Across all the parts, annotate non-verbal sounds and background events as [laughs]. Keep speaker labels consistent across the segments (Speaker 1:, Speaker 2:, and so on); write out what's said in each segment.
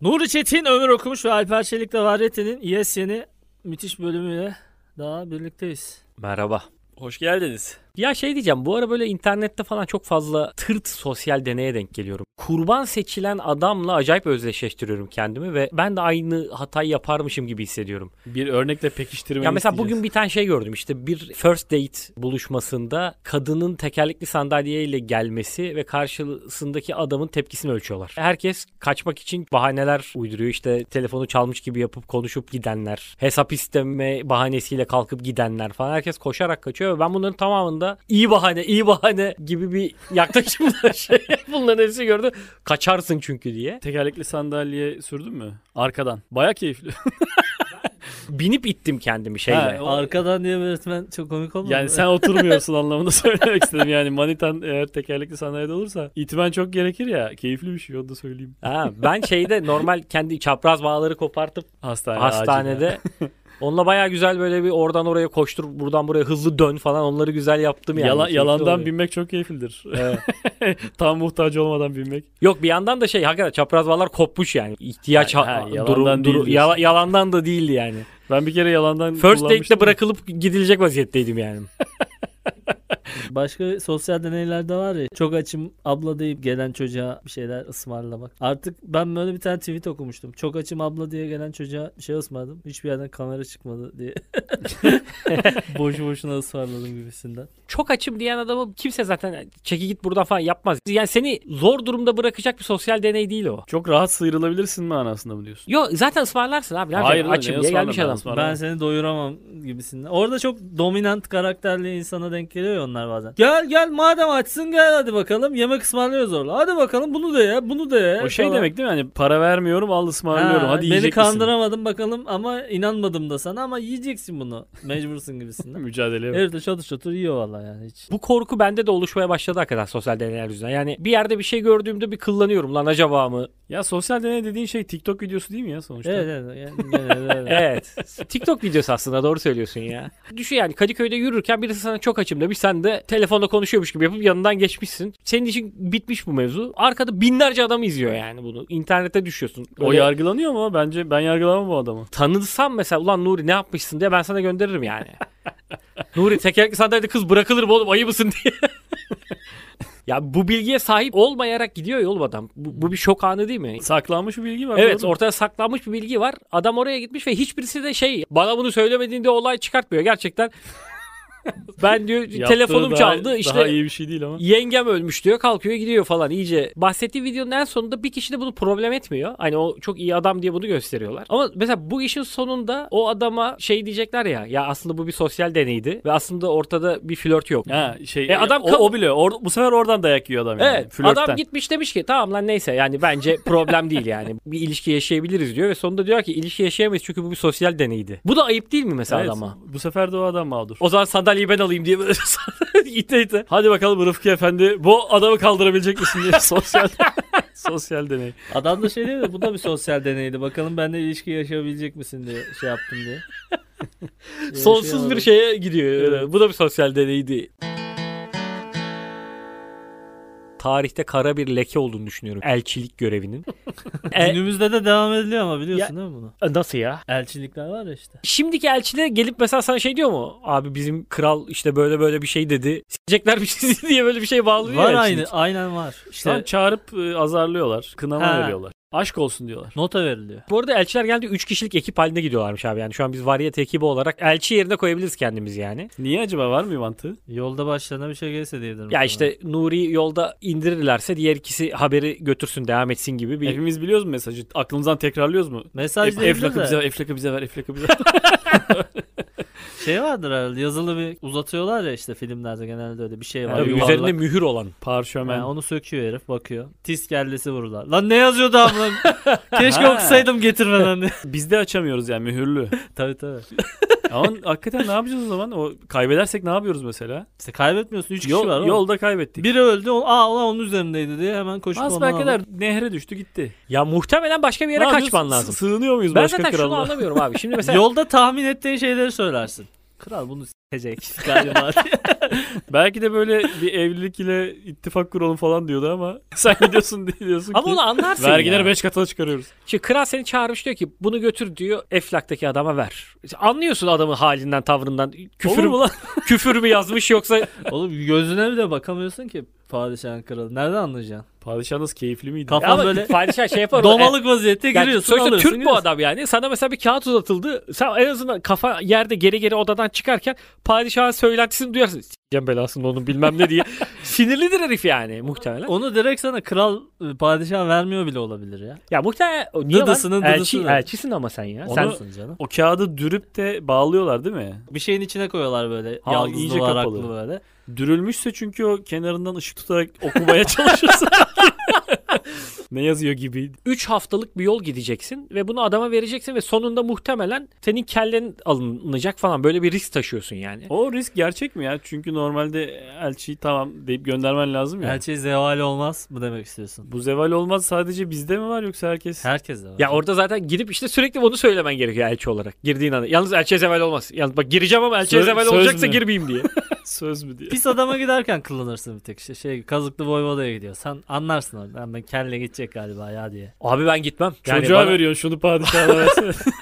Speaker 1: Nuri Çetin, Ömür Okumuş ve Alper Çelik de Varyete'nin Yes yeni müthiş bölümüyle daha birlikteyiz.
Speaker 2: Merhaba.
Speaker 1: Hoş geldiniz.
Speaker 2: Ya şey diyeceğim bu ara böyle internette falan çok fazla tırt sosyal deneye denk geliyorum. Kurban seçilen adamla acayip özdeşleştiriyorum kendimi ve ben de aynı hatayı yaparmışım gibi hissediyorum.
Speaker 3: Bir örnekle pekiştirmeyi
Speaker 2: Ya mesela
Speaker 3: isteyeceğiz.
Speaker 2: bugün bir tane şey gördüm işte bir first date buluşmasında kadının tekerlekli sandalyeyle gelmesi ve karşısındaki adamın tepkisini ölçüyorlar. Herkes kaçmak için bahaneler uyduruyor işte telefonu çalmış gibi yapıp konuşup gidenler, hesap isteme bahanesiyle kalkıp gidenler falan herkes koşarak kaçıyor ve ben bunların tamamında iyi bahane iyi bahane gibi bir yaklaşımla [laughs] şey bunların hepsi gördü kaçarsın çünkü diye.
Speaker 3: tekerlekli sandalye sürdün mü? Arkadan. Baya keyifli.
Speaker 2: Binip ittim kendimi şeyle.
Speaker 3: Ha, o-
Speaker 1: Arkadan diye belirtmen çok komik olmadı
Speaker 3: yani
Speaker 1: mı? [laughs]
Speaker 3: sen oturmuyorsun anlamında [laughs] söylemek istedim. Yani manitan eğer tekerlekli sandalyede olursa itmen çok gerekir ya. Keyifli bir şey onu da söyleyeyim.
Speaker 2: Ha, ben şeyde normal kendi çapraz bağları kopartıp
Speaker 3: Hastane, acil.
Speaker 2: hastanede
Speaker 3: [laughs]
Speaker 2: onunla baya güzel böyle bir oradan oraya koştur buradan buraya hızlı dön falan onları güzel yaptım yani.
Speaker 3: Yala-
Speaker 2: Keyifli
Speaker 3: yalandan
Speaker 2: oluyor.
Speaker 3: binmek çok keyiflidir. [laughs] Tam muhtaç olmadan binmek.
Speaker 2: Yok bir yandan da şey hakikaten çapraz bağlar kopmuş yani. İhtiyaç
Speaker 3: Ha, ha,
Speaker 2: ha-
Speaker 3: yalandan
Speaker 2: durum,
Speaker 3: değil
Speaker 2: duru-
Speaker 3: diyorsun.
Speaker 2: yala- yalandan da değildi yani.
Speaker 3: Ben bir kere yalandan
Speaker 2: First
Speaker 3: kullanmıştım.
Speaker 2: date'de bırakılıp gidilecek vaziyetteydim yani.
Speaker 1: Başka sosyal deneylerde var ya çok açım abla deyip gelen çocuğa bir şeyler ısmarlamak. Artık ben böyle bir tane tweet okumuştum. Çok açım abla diye gelen çocuğa bir şey ısmarladım. Hiçbir yerden kamera çıkmadı
Speaker 3: [laughs]
Speaker 1: diye. [laughs] Boşu boşuna ısmarladım gibisinden.
Speaker 2: Çok açım diyen adamı kimse zaten çeki git buradan falan yapmaz. Yani seni zor durumda bırakacak bir sosyal deney değil o.
Speaker 3: Çok rahat sıyrılabilirsin manasında mı diyorsun?
Speaker 2: Yok zaten ısmarlarsın abi. Ne
Speaker 3: Hayır
Speaker 2: yapacaksın?
Speaker 3: lan, ne
Speaker 2: açım diye gelmiş
Speaker 3: ısmarlamam,
Speaker 2: adam.
Speaker 3: ısmarlamam.
Speaker 1: Ben seni doyuramam gibisinden. Orada çok dominant karakterli insana denk geliyor ya onlar bazen. Gel gel madem açsın gel hadi bakalım. Yemek ısmarlıyoruz orada. Hadi bakalım bunu da ye bunu da ye.
Speaker 3: O şey
Speaker 1: falan.
Speaker 3: demek değil mi? Hani para vermiyorum al ısmarlıyorum.
Speaker 1: Ha,
Speaker 3: Hadi
Speaker 1: beni
Speaker 3: yiyecek misin?
Speaker 1: kandıramadım bakalım ama inanmadım da sana ama yiyeceksin bunu. Mecbursun [laughs] gibisinden.
Speaker 3: Mücadele yok.
Speaker 1: Herif de çatır çatır yiyor valla yani hiç.
Speaker 2: Bu korku bende de oluşmaya başladı hakikaten sosyal deneyler yüzünden. Yani bir yerde bir şey gördüğümde bir kıllanıyorum lan acaba mı?
Speaker 3: Ya sosyal deney dediğin şey TikTok videosu değil mi ya sonuçta?
Speaker 1: Evet evet. [laughs] Yani, genelde öyle.
Speaker 2: Evet. TikTok videosu aslında doğru söylüyorsun ya. Düşün yani Kadıköy'de yürürken birisi sana çok açım demiş. Sen de telefonda konuşuyormuş gibi yapıp yanından geçmişsin. Senin için bitmiş bu mevzu. Arkada binlerce adam izliyor yani bunu. İnternete düşüyorsun.
Speaker 3: O
Speaker 2: Öyle
Speaker 3: yargılanıyor mu? Bence ben yargılamam bu adamı.
Speaker 2: tanınsam mesela ulan Nuri ne yapmışsın diye ben sana gönderirim yani. [laughs] Nuri tekerlekli sandalyede kız bırakılır mı oğlum ayı mısın diye. [laughs] ya bu bilgiye sahip olmayarak gidiyor yol adam. Bu, bu bir şok anı değil mi?
Speaker 3: Saklanmış bir bilgi var.
Speaker 2: Evet
Speaker 3: doğru.
Speaker 2: ortaya saklanmış bir bilgi var. Adam oraya gitmiş ve hiçbirisi de şey bana bunu söylemediğinde olay çıkartmıyor
Speaker 3: [laughs]
Speaker 2: gerçekten. ben diyor
Speaker 3: Yaptığı
Speaker 2: telefonum
Speaker 3: daha-
Speaker 2: çaldı işte
Speaker 3: Daha iyi bir şey değil ama.
Speaker 2: yengem ölmüş diyor kalkıyor gidiyor falan iyice. Bahsettiği videonun en sonunda bir kişi de bunu problem etmiyor. Hani o çok iyi adam diye bunu gösteriyorlar. Ama mesela bu işin sonunda o adama şey diyecekler ya ya aslında bu bir sosyal deneydi ve aslında ortada bir flört yok.
Speaker 3: Ha şey.
Speaker 2: E, adam
Speaker 3: o,
Speaker 2: kap-
Speaker 3: o bile. or- bu sefer oradan dayak yiyor adam. Yani,
Speaker 2: Evet.
Speaker 3: flörtten.
Speaker 2: Adam gitmiş demiş ki tamam lan neyse yani bence problem değil
Speaker 3: [laughs]
Speaker 2: yani. Bir ilişki yaşayabiliriz diyor ve sonunda diyor ki ilişki yaşayamayız çünkü bu bir sosyal deneydi. Bu da ayıp değil mi mesela
Speaker 3: Evet,
Speaker 2: adama?
Speaker 3: Bu sefer de o adam mağdur.
Speaker 2: O zaman sandalyeyi ben alayım diye böyle [laughs] ite ite.
Speaker 3: Hadi bakalım Rıfkı Efendi bu adamı kaldırabilecek
Speaker 2: [laughs]
Speaker 3: misin diye sosyal sosyal deney.
Speaker 1: Adam da şey diyor ya, bu da bir sosyal deneydi. Bakalım benimle ilişki yaşayabilecek misin diye şey yaptım [laughs] diye. şey Böyle
Speaker 2: Sonsuz bir
Speaker 1: var.
Speaker 2: şeye gidiyor. Bu da bir sosyal deneydi. Tarihte kara bir leke olduğunu düşünüyorum.
Speaker 1: [laughs]
Speaker 2: Elçilik görevinin. E,
Speaker 1: Günümüzde de devam ediliyor ama biliyorsun değil mi bunu?
Speaker 2: nasıl ya?
Speaker 1: Elçilikler var ya işte.
Speaker 2: Şimdiki elçiler gelip mesela sana şey diyor mu? Abi bizim kral işte böyle böyle bir şey dedi. Sikecekler bir şey [laughs] diye böyle bir şey bağlıyor
Speaker 1: Var
Speaker 2: ya
Speaker 1: aynı,
Speaker 2: elçilik.
Speaker 1: aynen var. İşte
Speaker 3: Lan çağırıp e, azarlıyorlar. Kınama
Speaker 1: Ha.
Speaker 3: veriyorlar. Aşk olsun diyorlar.
Speaker 1: nota veriliyor.
Speaker 2: Bu arada elçiler geldi 3 kişilik ekip halinde gidiyorlarmış abi. Yani şu an biz variyete ekibi olarak elçi yerine koyabiliriz kendimizi yani.
Speaker 3: Niye acaba var mı bir mantığı?
Speaker 1: Yolda başlarına bir şey gelse diyebilirim.
Speaker 2: Ya
Speaker 1: sana.
Speaker 2: işte Nuri yolda indirirlerse diğer ikisi haberi götürsün devam etsin gibi bir
Speaker 3: Hepimiz biliyoruz mu mesajı? Aklımızdan tekrarlıyoruz mu?
Speaker 1: Mesaj
Speaker 3: Ef-
Speaker 1: değil
Speaker 3: Eflak'ı bize,
Speaker 1: de
Speaker 3: ver, Eflak'ı bize ver, Eflak'ı bize ver.
Speaker 1: şey vardır herhalde yazılı bir uzatıyorlar ya işte filmlerde genelde öyle bir şey var.
Speaker 2: Tabii
Speaker 1: yuvarlak.
Speaker 2: üzerinde mühür olan.
Speaker 3: Parşömen.
Speaker 1: Ha, onu söküyor herif bakıyor. Tiz kellesi vururlar. Lan ne yazıyordu amına? Keşke okusaydım getirmeden diye.
Speaker 3: Biz de açamıyoruz yani mühürlü.
Speaker 1: tabii tabii.
Speaker 3: Ama hakikaten ne yapacağız o zaman? O kaybedersek ne yapıyoruz mesela?
Speaker 1: İşte kaybetmiyorsun 3 kişi
Speaker 3: Yol-
Speaker 1: var oğlum.
Speaker 3: yolda kaybettik.
Speaker 1: Biri öldü. O, Aa ulan onun üzerindeydi diye hemen koşup ondan
Speaker 3: kadar
Speaker 1: alıp-
Speaker 3: nehre düştü gitti.
Speaker 2: Ya muhtemelen başka bir yere
Speaker 3: Ne yapıyoruz?
Speaker 2: kaçman
Speaker 3: Sı-
Speaker 2: lazım.
Speaker 3: Sığınıyor muyuz
Speaker 2: Ben
Speaker 3: başka
Speaker 2: zaten şunu
Speaker 3: krallığa? [laughs]
Speaker 2: anlamıyorum abi. Şimdi mesela
Speaker 1: Yolda tahmin ettiğin şeyleri söylersin. Kral bunu s**ecek galiba. [laughs]
Speaker 3: Belki de böyle bir evlilik ile ittifak kuralım falan diyordu ama [laughs] sen gidiyorsun diye diyorsun
Speaker 2: Ama [laughs]
Speaker 3: ki
Speaker 2: onu anlarsın
Speaker 3: vergileri
Speaker 2: ya.
Speaker 3: 5 katına çıkarıyoruz.
Speaker 2: Şimdi kral seni çağırmış diyor ki bunu götür diyor Eflak'taki adama ver. Anlıyorsun adamın halinden tavrından. Küfür
Speaker 3: Olur mu
Speaker 2: mü,
Speaker 3: lan?
Speaker 2: [laughs] küfür mü yazmış
Speaker 3: [laughs]
Speaker 2: yoksa
Speaker 1: Oğlum gözüne bile bakamıyorsun ki padişahın kralı. Nereden anlayacaksın?
Speaker 3: Padişahınız keyifli miydi?
Speaker 1: Kaf-
Speaker 2: ama
Speaker 1: böyle-
Speaker 2: böyle padişah şey yapar. e,
Speaker 1: Domalık vaziyette
Speaker 2: Yani
Speaker 1: giriyorsun
Speaker 2: sonuçta
Speaker 1: alıyorsun.
Speaker 2: Türk bu
Speaker 1: gidiyorsun.
Speaker 2: adam yani. Sana mesela bir kağıt uzatıldı. Sen en azından kafa yerde geri geri odadan çıkarken padişahın söylentisini duyarsın. S**eceğim belasını onun bilmem ne
Speaker 3: [laughs]
Speaker 2: diye. Sinirlidir herif yani muhtemelen.
Speaker 1: Onu direkt sana kral e, padişah vermiyor bile olabilir ya.
Speaker 2: Ya muhtemelen o niye
Speaker 1: Dıdısının
Speaker 2: lan? Elçi,
Speaker 1: dıdısıdır.
Speaker 2: elçisin ama sen ya.
Speaker 3: Onu-
Speaker 2: Sen
Speaker 1: Sensin canım.
Speaker 3: O kağıdı dürüp de bağlıyorlar değil mi?
Speaker 1: Bir şeyin içine koyuyorlar böyle.
Speaker 3: Ha,
Speaker 1: yaldızlı
Speaker 3: iyice
Speaker 1: varaklı
Speaker 3: kapalı.
Speaker 1: böyle.
Speaker 3: Dürülmüşse çünkü o kenarından ışık tutarak
Speaker 2: [laughs]
Speaker 3: okumaya çalışırsın. ne yazıyor gibi.
Speaker 2: 3 haftalık bir yol gideceksin ve bunu adama vereceksin ve sonunda muhtemelen senin kellen alınacak falan. Böyle bir risk taşıyorsun yani.
Speaker 3: O risk gerçek mi ya? Çünkü normalde elçiyi tamam deyip göndermen lazım ya.
Speaker 1: Elçiye şey zeval olmaz mı demek istiyorsun?
Speaker 3: Bu zeval olmaz sadece bizde mi var yoksa herkes?
Speaker 1: Herkes de var.
Speaker 2: Ya orada zaten gidip işte sürekli bunu söylemen gerekiyor elçi olarak. Girdiğin anda. Yalnız elçiye zeval olmaz. Yalnız bak gireceğim ama elçiye
Speaker 3: Söz-
Speaker 2: zeval
Speaker 3: söz
Speaker 2: olacaksa
Speaker 3: mü?
Speaker 2: girmeyeyim diye.
Speaker 3: [laughs] Söz mü diye.
Speaker 1: Pis adama giderken kullanırsın bir tek işte. Şey, kazıklı voyvodaya gidiyor. Sen anlarsın oradan. Ben kelle gidecek galiba ya diye.
Speaker 2: Abi ben gitmem.
Speaker 3: Çocuğa
Speaker 2: bana-
Speaker 3: veriyorsun şunu padişahına versene.
Speaker 2: [laughs]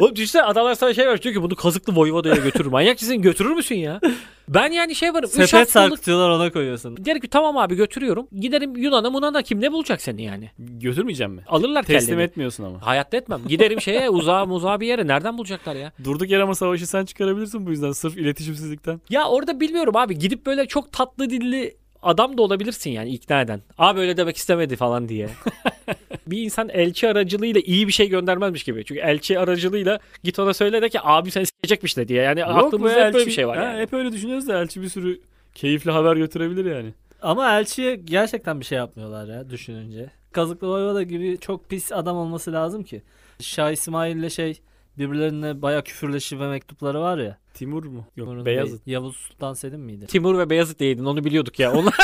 Speaker 2: Oğlum düşünsene adamlar sana şey vermiş diyor ki bunu kazıklı voyvodaya götürür. Manyak sizin götürür müsün ya? Ben yani şey varım. üç
Speaker 1: Sepet
Speaker 2: haftalık.
Speaker 1: sarkıtıyorlar ona koyuyorsun.
Speaker 2: Der ki tamam abi götürüyorum. Giderim Yunan'a Munan'a kim ne bulacak seni yani?
Speaker 3: Götürmeyeceğim mi?
Speaker 2: Alırlar
Speaker 3: Teslim
Speaker 2: kelleni.
Speaker 3: etmiyorsun ama.
Speaker 2: Hayatta etmem. Giderim şeye uzağa muzağa bir yere. Nereden bulacaklar ya?
Speaker 3: Durduk yere ama savaşı sen çıkarabilirsin bu yüzden sırf iletişimsizlikten.
Speaker 2: Ya orada bilmiyorum abi. Gidip böyle çok tatlı dilli adam da olabilirsin yani ikna eden. Abi öyle demek istemedi falan diye. [laughs] bir insan elçi aracılığıyla iyi bir şey göndermezmiş gibi. Çünkü elçi aracılığıyla git ona söyle de ki abi seni s**ecekmiş de diye. Yani aklımızda hep böyle bir şey var
Speaker 3: Ha,
Speaker 2: yani.
Speaker 3: Hep öyle düşünüyoruz da elçi bir sürü keyifli haber götürebilir yani.
Speaker 1: Ama elçiye gerçekten bir şey yapmıyorlar ya düşününce. Kazıklı Voyvoda gibi çok pis adam olması lazım ki. Şah İsmail'le şey birbirlerine baya küfürleşi ve mektupları var ya.
Speaker 3: Timur mu? Yok
Speaker 1: Bunun
Speaker 3: Beyazıt.
Speaker 1: Bey- Yavuz Sultan Selim miydi?
Speaker 2: Timur ve Beyazıt değildin onu biliyorduk ya. Onlar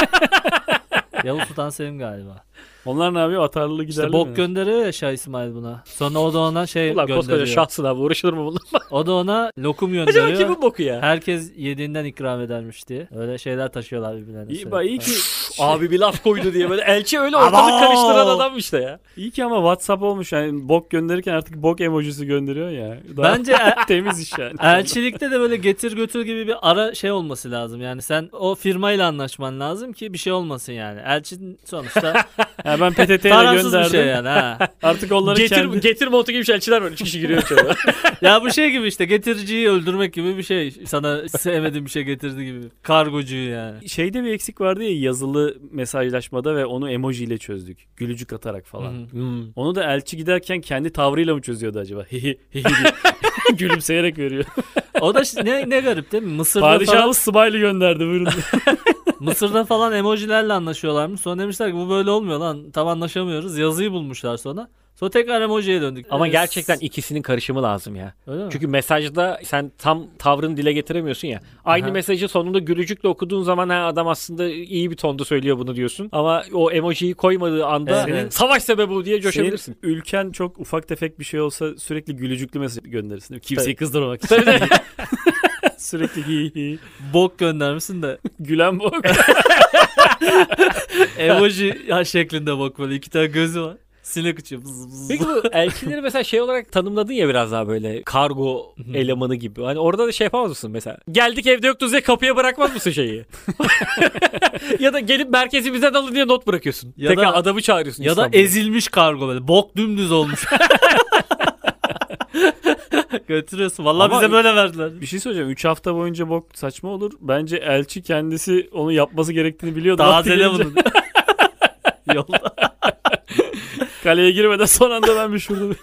Speaker 1: Yavuz Sultan Selim
Speaker 3: [laughs]
Speaker 1: galiba.
Speaker 3: Onlar ne yapıyor? Atarlı giderli
Speaker 1: İşte bok
Speaker 3: mi?
Speaker 1: gönderiyor ya Şah İsmail buna. Sonra o da ona şey
Speaker 2: Ulan koskoca
Speaker 1: gönderiyor.
Speaker 2: şah sınavı uğraşılır mı bununla?
Speaker 1: O da ona
Speaker 3: [laughs]
Speaker 1: lokum
Speaker 2: Acaba
Speaker 1: gönderiyor.
Speaker 2: kimin boku ya?
Speaker 1: Herkes yediğinden ikram edermiş diye. Öyle şeyler taşıyorlar birbirlerine.
Speaker 3: İyi,
Speaker 1: sürekli.
Speaker 3: bak, iyi ki,
Speaker 2: [laughs] Abi bir laf koydu diye böyle elçi öyle ortalık
Speaker 1: Abo!
Speaker 2: karıştıran adam işte ya.
Speaker 3: iyi ki ama WhatsApp olmuş. Yani bok gönderirken artık bok emojisi gönderiyor ya. Daha
Speaker 1: [laughs] Bence e-
Speaker 3: temiz
Speaker 1: [laughs]
Speaker 3: iş yani.
Speaker 1: Elçilikte de böyle getir götür gibi bir ara şey olması lazım. Yani sen o firmayla anlaşman lazım ki bir şey olmasın yani. Elçi
Speaker 3: [laughs]
Speaker 1: sonuçta
Speaker 3: Ha, ben PTT'ye de
Speaker 1: tarafsız bir
Speaker 3: gönderdim.
Speaker 1: şey yani
Speaker 3: [laughs]
Speaker 1: ha.
Speaker 3: Artık onları
Speaker 2: Getir,
Speaker 3: kendi...
Speaker 2: getir montu gibi elçiler var. Üç kişi
Speaker 1: [laughs]
Speaker 2: giriyor içeri.
Speaker 1: Ya bu şey gibi işte getiriciyi öldürmek gibi bir şey. Sana sevmediğin bir şey getirdi gibi. Kargocuyu yani.
Speaker 3: Şeyde bir eksik vardı ya yazılı mesajlaşmada ve onu emojiyle çözdük. Gülücük atarak falan.
Speaker 1: Hı hı.
Speaker 2: Hmm.
Speaker 3: Onu da elçi giderken kendi tavrıyla mı çözüyordu acaba? [laughs] Hihi hihi diye
Speaker 1: [laughs]
Speaker 3: gülümseyerek veriyor.
Speaker 1: O da ş- ne, ne garip değil mi? Mısır'da falan,
Speaker 3: Padişahımız Smile'ı gönderdi buyurun.
Speaker 1: Mısır'da falan emojilerle anlaşıyorlarmış. Sonra demişler ki bu böyle olmuyor lan. Tam anlaşamıyoruz. Yazıyı bulmuşlar sonra. Sonra tekrar emojiye döndük.
Speaker 2: Ama
Speaker 1: Ee,
Speaker 2: gerçekten ikisinin karışımı lazım ya.
Speaker 1: Öyle mi?
Speaker 2: Çünkü mesajda sen tam tavrını dile getiremiyorsun ya. Aynı
Speaker 1: Aha.
Speaker 2: mesajı sonunda gülücükle okuduğun zaman ha adam aslında iyi bir tonda söylüyor bunu diyorsun. Ama o emojiyi koymadığı anda
Speaker 1: Evet, evet.
Speaker 2: savaş sebebi bu diye
Speaker 3: Senin
Speaker 2: coşabilirsin.
Speaker 3: ülken çok ufak tefek bir şey olsa sürekli gülücüklü mesaj gönderirsin. değil mi? Kimseyi
Speaker 2: Tabii.
Speaker 3: kızdırmak için.
Speaker 1: [laughs]
Speaker 2: Tabii tabii.
Speaker 3: sürekli hi hi.
Speaker 1: Bok göndermişsin de
Speaker 3: Gülen bok.
Speaker 1: emoji ya şeklinde bok böyle. iki tane gözü var. Sinek uçuyor. Bız bız.
Speaker 2: Peki bu elçileri mesela şey olarak tanımladın ya biraz daha böyle kargo elemanı gibi. Hani orada da şey yapamaz mısın mesela? Geldik evde yoktunuz diye kapıya bırakmaz mısın şeyi?
Speaker 1: [laughs]
Speaker 2: [laughs] ya da gelip merkezi bize alın diye not bırakıyorsun.
Speaker 1: Ya
Speaker 2: Tekrar
Speaker 1: da-
Speaker 2: adamı çağırıyorsun
Speaker 1: Ya da
Speaker 2: İstanbul'a.
Speaker 1: ezilmiş kargo böyle. Bok dümdüz olmuş. [laughs] Götürüyorsun. Vallahi
Speaker 3: Ama-
Speaker 1: bize böyle verdiler.
Speaker 3: bir şey söyleyeceğim. 3 hafta boyunca bok saçma olur. Bence elçi kendisi onu yapması gerektiğini biliyordu. Vakti
Speaker 1: Tazele
Speaker 3: gelince
Speaker 1: bunu. [laughs] Yolda.
Speaker 3: Kaleye girmeden son anda ben bir şurada.
Speaker 1: [laughs]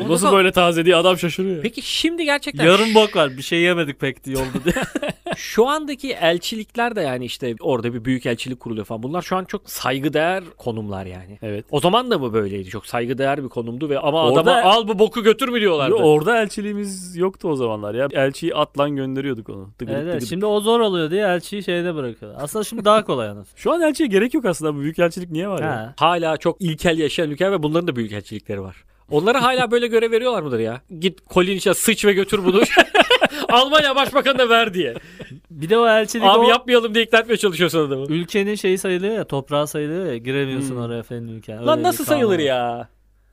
Speaker 2: Onu
Speaker 3: Nasıl
Speaker 2: da-
Speaker 3: böyle taze diye adam şaşırıyor.
Speaker 2: Peki şimdi gerçekten
Speaker 1: Yarım bok var. Bir şey yemedik pek diye yolda diye.
Speaker 2: Şu andaki elçilikler de yani işte orada bir büyük elçilik kuruluyor falan. Bunlar şu an çok saygıdeğer konumlar yani.
Speaker 3: Evet.
Speaker 2: O zaman da mı böyleydi? Çok saygıdeğer bir konumdu ve ama
Speaker 3: Orada-
Speaker 2: adama al bu boku götür mü diyorlardı.
Speaker 3: Orada elçiliğimiz yoktu o zamanlar ya. Elçiyi atlan gönderiyorduk onu. Dıgıdık
Speaker 1: Evet,
Speaker 3: dıgıdık.
Speaker 1: şimdi o zor oluyor diye elçiyi şeyde bırakıyorlar. Aslında şimdi daha kolay anlat.
Speaker 3: Şu an elçiye gerek yok aslında. Bu büyük elçilik niye var ya?
Speaker 1: Ha.
Speaker 2: Hala çok ilkel yaşayan ülkeler ve bunların da büyük elçilikleri var. Onlara hala böyle görev veriyorlar mıdır ya? Git kolin içine sıç ve götür bunu. [laughs] Almanya Başbakanı'na ver diye.
Speaker 1: Bir de o elçilik
Speaker 2: Abi
Speaker 1: o
Speaker 2: yapmayalım diye ikna etmeye çalışıyorsun adamı.
Speaker 1: ülkenin şeyi sayılıyor ya toprağı sayılıyor ya giremiyorsun
Speaker 2: Hmm.
Speaker 1: oraya senin ülken. Öyle
Speaker 2: Lan
Speaker 1: bir
Speaker 2: nasıl
Speaker 1: kanun
Speaker 2: sayılır
Speaker 1: var.
Speaker 2: ya?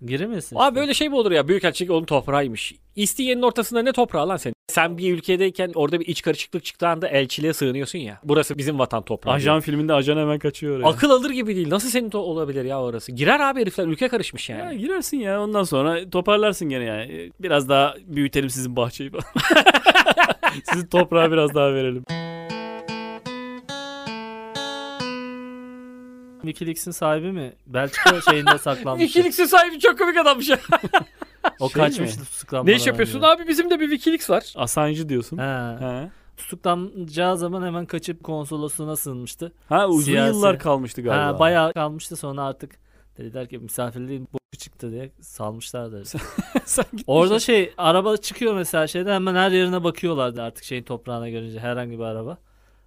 Speaker 1: Giremiyorsun.
Speaker 2: Abi böyle şey mi olur ya? Büyükelçilik onun toprağıymış. İstiyenin ortasında ne toprağı lan senin? Sen bir ülkedeyken orada bir iç karışıklık çıktığı anda elçiliğe sığınıyorsun ya. Burası bizim vatan toprağı. diye.
Speaker 3: Ajan filminde ajan hemen kaçıyor oraya.
Speaker 2: Akıl alır gibi değil. Nasıl senin to- olabilir ya orası? Girer abi herifler. Ülke karışmış yani.
Speaker 3: Ya girersin ya ondan sonra toparlarsın gene yani. Biraz daha büyütelim sizin bahçeyi falan. [laughs] Sizin [laughs] toprağa biraz daha verelim.
Speaker 1: işte. Wikileaks'in sahibi mi? Belçika şeyinde saklanmış.
Speaker 2: Wikileaks'in sahibi çok komik adammış ya.
Speaker 1: O
Speaker 3: Şey
Speaker 1: kaçmış
Speaker 3: mi?
Speaker 1: tutuklanmadan.
Speaker 2: ne iş yapıyorsun
Speaker 1: önce.
Speaker 2: abi? Bizim de bir Wikileaks var.
Speaker 3: Asancı diyorsun. Ha.
Speaker 1: He.
Speaker 3: Ha.
Speaker 1: Tutuklanacağı zaman hemen kaçıp konsolosluğuna sığınmıştı.
Speaker 3: uzun
Speaker 1: Siyasi.
Speaker 3: yıllar kalmıştı galiba.
Speaker 1: Ha, bayağı kalmıştı sonra artık dediler ki misafirliğin bu çıktı diye salmışlardı.
Speaker 3: [laughs] Sen gitmişsin.
Speaker 1: Orada şey araba çıkıyor mesela şeyde hemen her yerine bakıyorlardı artık şeyin toprağına görünce herhangi bir araba.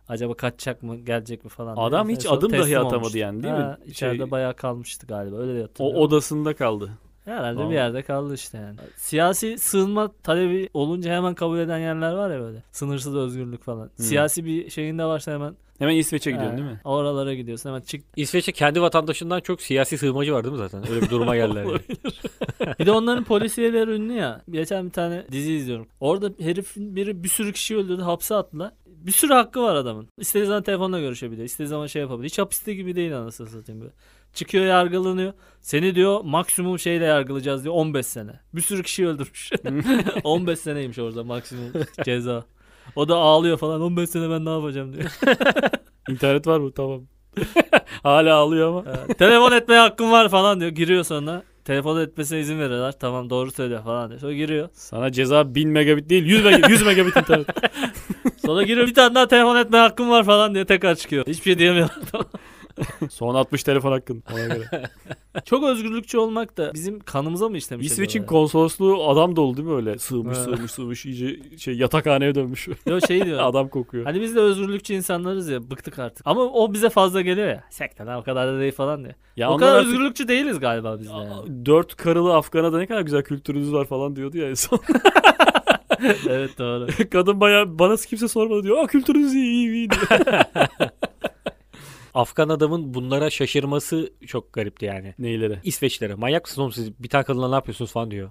Speaker 1: Acaba kaçacak mı gelecek mi falan. diye.
Speaker 3: Adam
Speaker 1: En
Speaker 3: hiç
Speaker 1: son
Speaker 3: adım dahi
Speaker 1: teslim
Speaker 3: atamadı
Speaker 1: olmuştu.
Speaker 3: yani, değil
Speaker 1: Ha,
Speaker 3: mi?
Speaker 1: İçeride
Speaker 3: Şey-
Speaker 1: bayağı kalmıştı galiba öyle de
Speaker 3: o
Speaker 1: hatırlıyorum.
Speaker 3: odasında kaldı.
Speaker 1: Herhalde
Speaker 3: Vallahi.
Speaker 1: bir yerde kaldı işte yani. Siyasi sığınma talebi olunca hemen kabul eden yerler var ya böyle. Sınırsız özgürlük falan. Siyasi bir şeyin de varsa hemen
Speaker 3: Hemen İsveç'e gidiyorsun
Speaker 1: ha,
Speaker 3: değil mi?
Speaker 1: Oralara gidiyorsun hemen çık.
Speaker 2: İsveç'e kendi vatandaşından çok siyasi sığınmacı var değil mi zaten? Öyle bir duruma
Speaker 3: [laughs]
Speaker 2: geldiler. yani.
Speaker 1: Bir de onların polisiyeleri ünlü ya. Geçen bir tane dizi izliyorum. Orada herifin biri bir sürü kişi öldürdü hapse attılar. Bir sürü hakkı var adamın. İstediği zaman telefonla görüşebiliyor. İstediği zaman şey yapabiliyor. Hiç hapiste gibi değil anasını satayım böyle. Çıkıyor yargılanıyor. Seni diyor maksimum şeyle yargılayacağız diyor 15 sene. Bir sürü kişi öldürmüş. 15 seneymiş orada maksimum ceza. O da ağlıyor falan 15 sene ben ne yapacağım diyor.
Speaker 3: İnternet var mı? Tamam. [laughs] Hala ağlıyor ama.
Speaker 1: Ha, [laughs] telefon etmeye hakkım var falan diyor. Giriyor sonra. Telefon etmesine izin veriyorlar. Tamam doğru söylüyor falan diyor. Sonra giriyor.
Speaker 3: Sana ceza 1000 megabit değil 100 megabit, 100 megabit internet.
Speaker 1: Sonra giriyor bir tane daha telefon etme hakkım var falan diye tekrar çıkıyor. Hiçbir şey diyemiyor.
Speaker 3: [laughs] Son 60 telefon hakkın ona [laughs] göre.
Speaker 1: [laughs] Çok özgürlükçü olmak da bizim kanımıza mı işlemiş?
Speaker 3: İsveç'in
Speaker 1: acaba
Speaker 3: konsolosluğu adam dolu değil mi öyle? Sığmış
Speaker 1: Ha.
Speaker 3: sığmış sığmış iyice şey yatakhaneye [laughs] dönmüş.
Speaker 1: ya? Yo şey [laughs] diyor.
Speaker 3: adam kokuyor.
Speaker 1: hani biz de özgürlükçü insanlarız ya bıktık artık. Ama o bize fazla geliyor ya. Sekten o kadar da değil falan diye.
Speaker 3: Ya
Speaker 1: o
Speaker 3: ondan
Speaker 1: kadar
Speaker 3: artık-
Speaker 1: özgürlükçü değiliz galiba biz de [laughs] yani.
Speaker 3: Dört karılı Afgan'a da ne kadar güzel kültürünüz var falan diyordu ya en son. [laughs]
Speaker 1: evet [laughs] doğru.
Speaker 3: Kadın bayağı bana kimse sormadı diyor. Aa kültürünüz iyi iyi iyi [laughs] diyor.
Speaker 2: Afgan adamın bunlara şaşırması çok garipti yani.
Speaker 3: Neylere?
Speaker 2: İsveçlere manyak mısınız oğlum siz bir tane kadınla ne yapıyorsunuz falan diyor.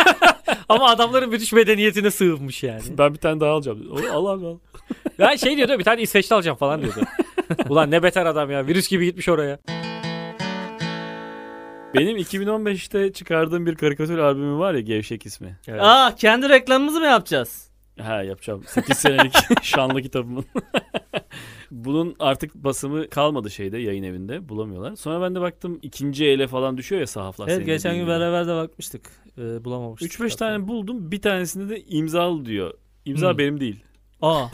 Speaker 2: [laughs] Ama adamların British medeniyetine sığınmış yani.
Speaker 3: Ben bir tane daha alacağım. Oğlum, al abi al.
Speaker 2: Ben şey diyordu bir tane İsveçli alacağım
Speaker 1: [laughs]
Speaker 2: falan diyordu. Ulan ne beter adam ya virüs gibi gitmiş oraya.
Speaker 3: Benim 2015'te çıkardığım bir karikatür albümü var ya Gevşek ismi.
Speaker 1: Aa kendi reklamımızı mı yapacağız?
Speaker 3: Ha yapacağım.
Speaker 1: [laughs]
Speaker 3: 8 senelik şanlı kitabımın. [laughs] Bunun artık basımı kalmadı şeyde yayın evinde bulamıyorlar. Sonra ben de baktım ikinci ele falan düşüyor ya sahaflar.
Speaker 1: evet geçen gün beraber de bakmıştık. Ee, bulamamıştık.
Speaker 3: 3-5
Speaker 1: hatta.
Speaker 3: tane buldum bir tanesinde de imzalı diyor. İmza
Speaker 2: Hmm.
Speaker 3: benim değil.
Speaker 1: [laughs] Aa.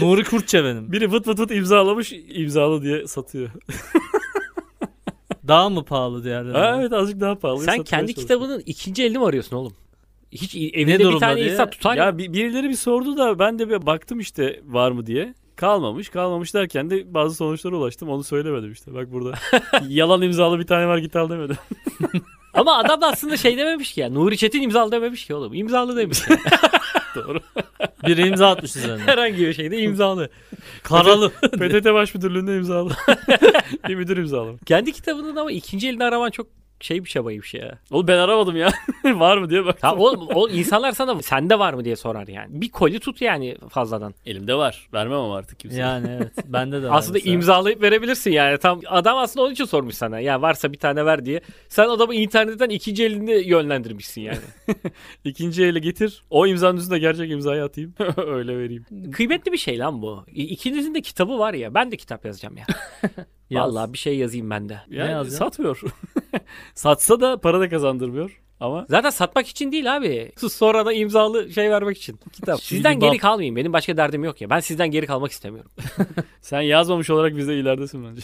Speaker 1: Nuri Kurtçe benim.
Speaker 3: Biri vıt vıt vıt imzalamış imzalı diye satıyor.
Speaker 1: Daha mı pahalı diğerlerine? [laughs]
Speaker 3: Ha, evet azıcık daha pahalı.
Speaker 2: Sen kendi kitabının ikinci elini mi arıyorsun oğlum? Hiç evinde bir
Speaker 1: durumda
Speaker 2: tane
Speaker 1: diye?
Speaker 2: insan tutar mı?
Speaker 3: Ya bi- birileri bir sordu da ben de bir baktım işte var mı diye. Kalmamış. Kalmamış derken de bazı sonuçlara ulaştım. Onu söylemedim işte. Bak [laughs] burada yalan imzalı bir tane var git al [laughs] demedim.
Speaker 2: Ama adam da aslında şey dememiş ki ya. Nuri Çetin imzalı dememiş ki oğlum.
Speaker 1: [laughs]
Speaker 2: İmzalı demiş. ya.
Speaker 3: Doğru.
Speaker 1: Biri imza atmış [laughs] üzerine.
Speaker 2: Herhangi bir şeyde imzalı.
Speaker 1: Karalı.
Speaker 3: PTT Baş Müdürlüğü'nde imzalı. [laughs] bir müdür imzalı.
Speaker 2: Kendi kitabının ama ikinci elini araman çok şey bir çabaymış ya.
Speaker 3: Oğlum ben aramadım ya. [laughs] var mı diye bak.
Speaker 2: Ha oğlum o insanlar sana sende var mı diye sorar yani. Bir koli tut yani fazladan.
Speaker 3: Elimde var. Vermem ama artık kimse.
Speaker 1: Yani
Speaker 2: [laughs]
Speaker 1: evet. Bende de var
Speaker 2: Aslında
Speaker 1: mesela.
Speaker 2: imzalayıp verebilirsin yani. Tam adam aslında onun için sormuş sana. Ya varsa bir tane ver diye. Sen adamı internetten ikinci elini yönlendirmişsin yani.
Speaker 3: İkinci ele getir. O imzanın üstüne gerçek imzayı atayım. [laughs] Öyle vereyim.
Speaker 2: [laughs] Kıymetli bir şey lan bu. İ- İkinizin de kitabı var ya. Ben de kitap yazacağım ya. [laughs]
Speaker 1: Yaz.
Speaker 2: Vallahi bir şey yazayım ben de.
Speaker 1: Ne
Speaker 3: Yani
Speaker 1: yazacaksın?
Speaker 3: satmıyor. [laughs] Satsa da para da kazandırmıyor. Ama
Speaker 2: Zaten satmak için değil abi. Sus sonra da imzalı şey vermek için. [laughs] Kitap.
Speaker 1: Şimdi
Speaker 2: Sizden
Speaker 1: bak-
Speaker 2: geri kalmayayım. Benim başka derdim yok ya. Ben sizden geri kalmak istemiyorum.
Speaker 3: sen yazmamış olarak bizde ileridesin bence.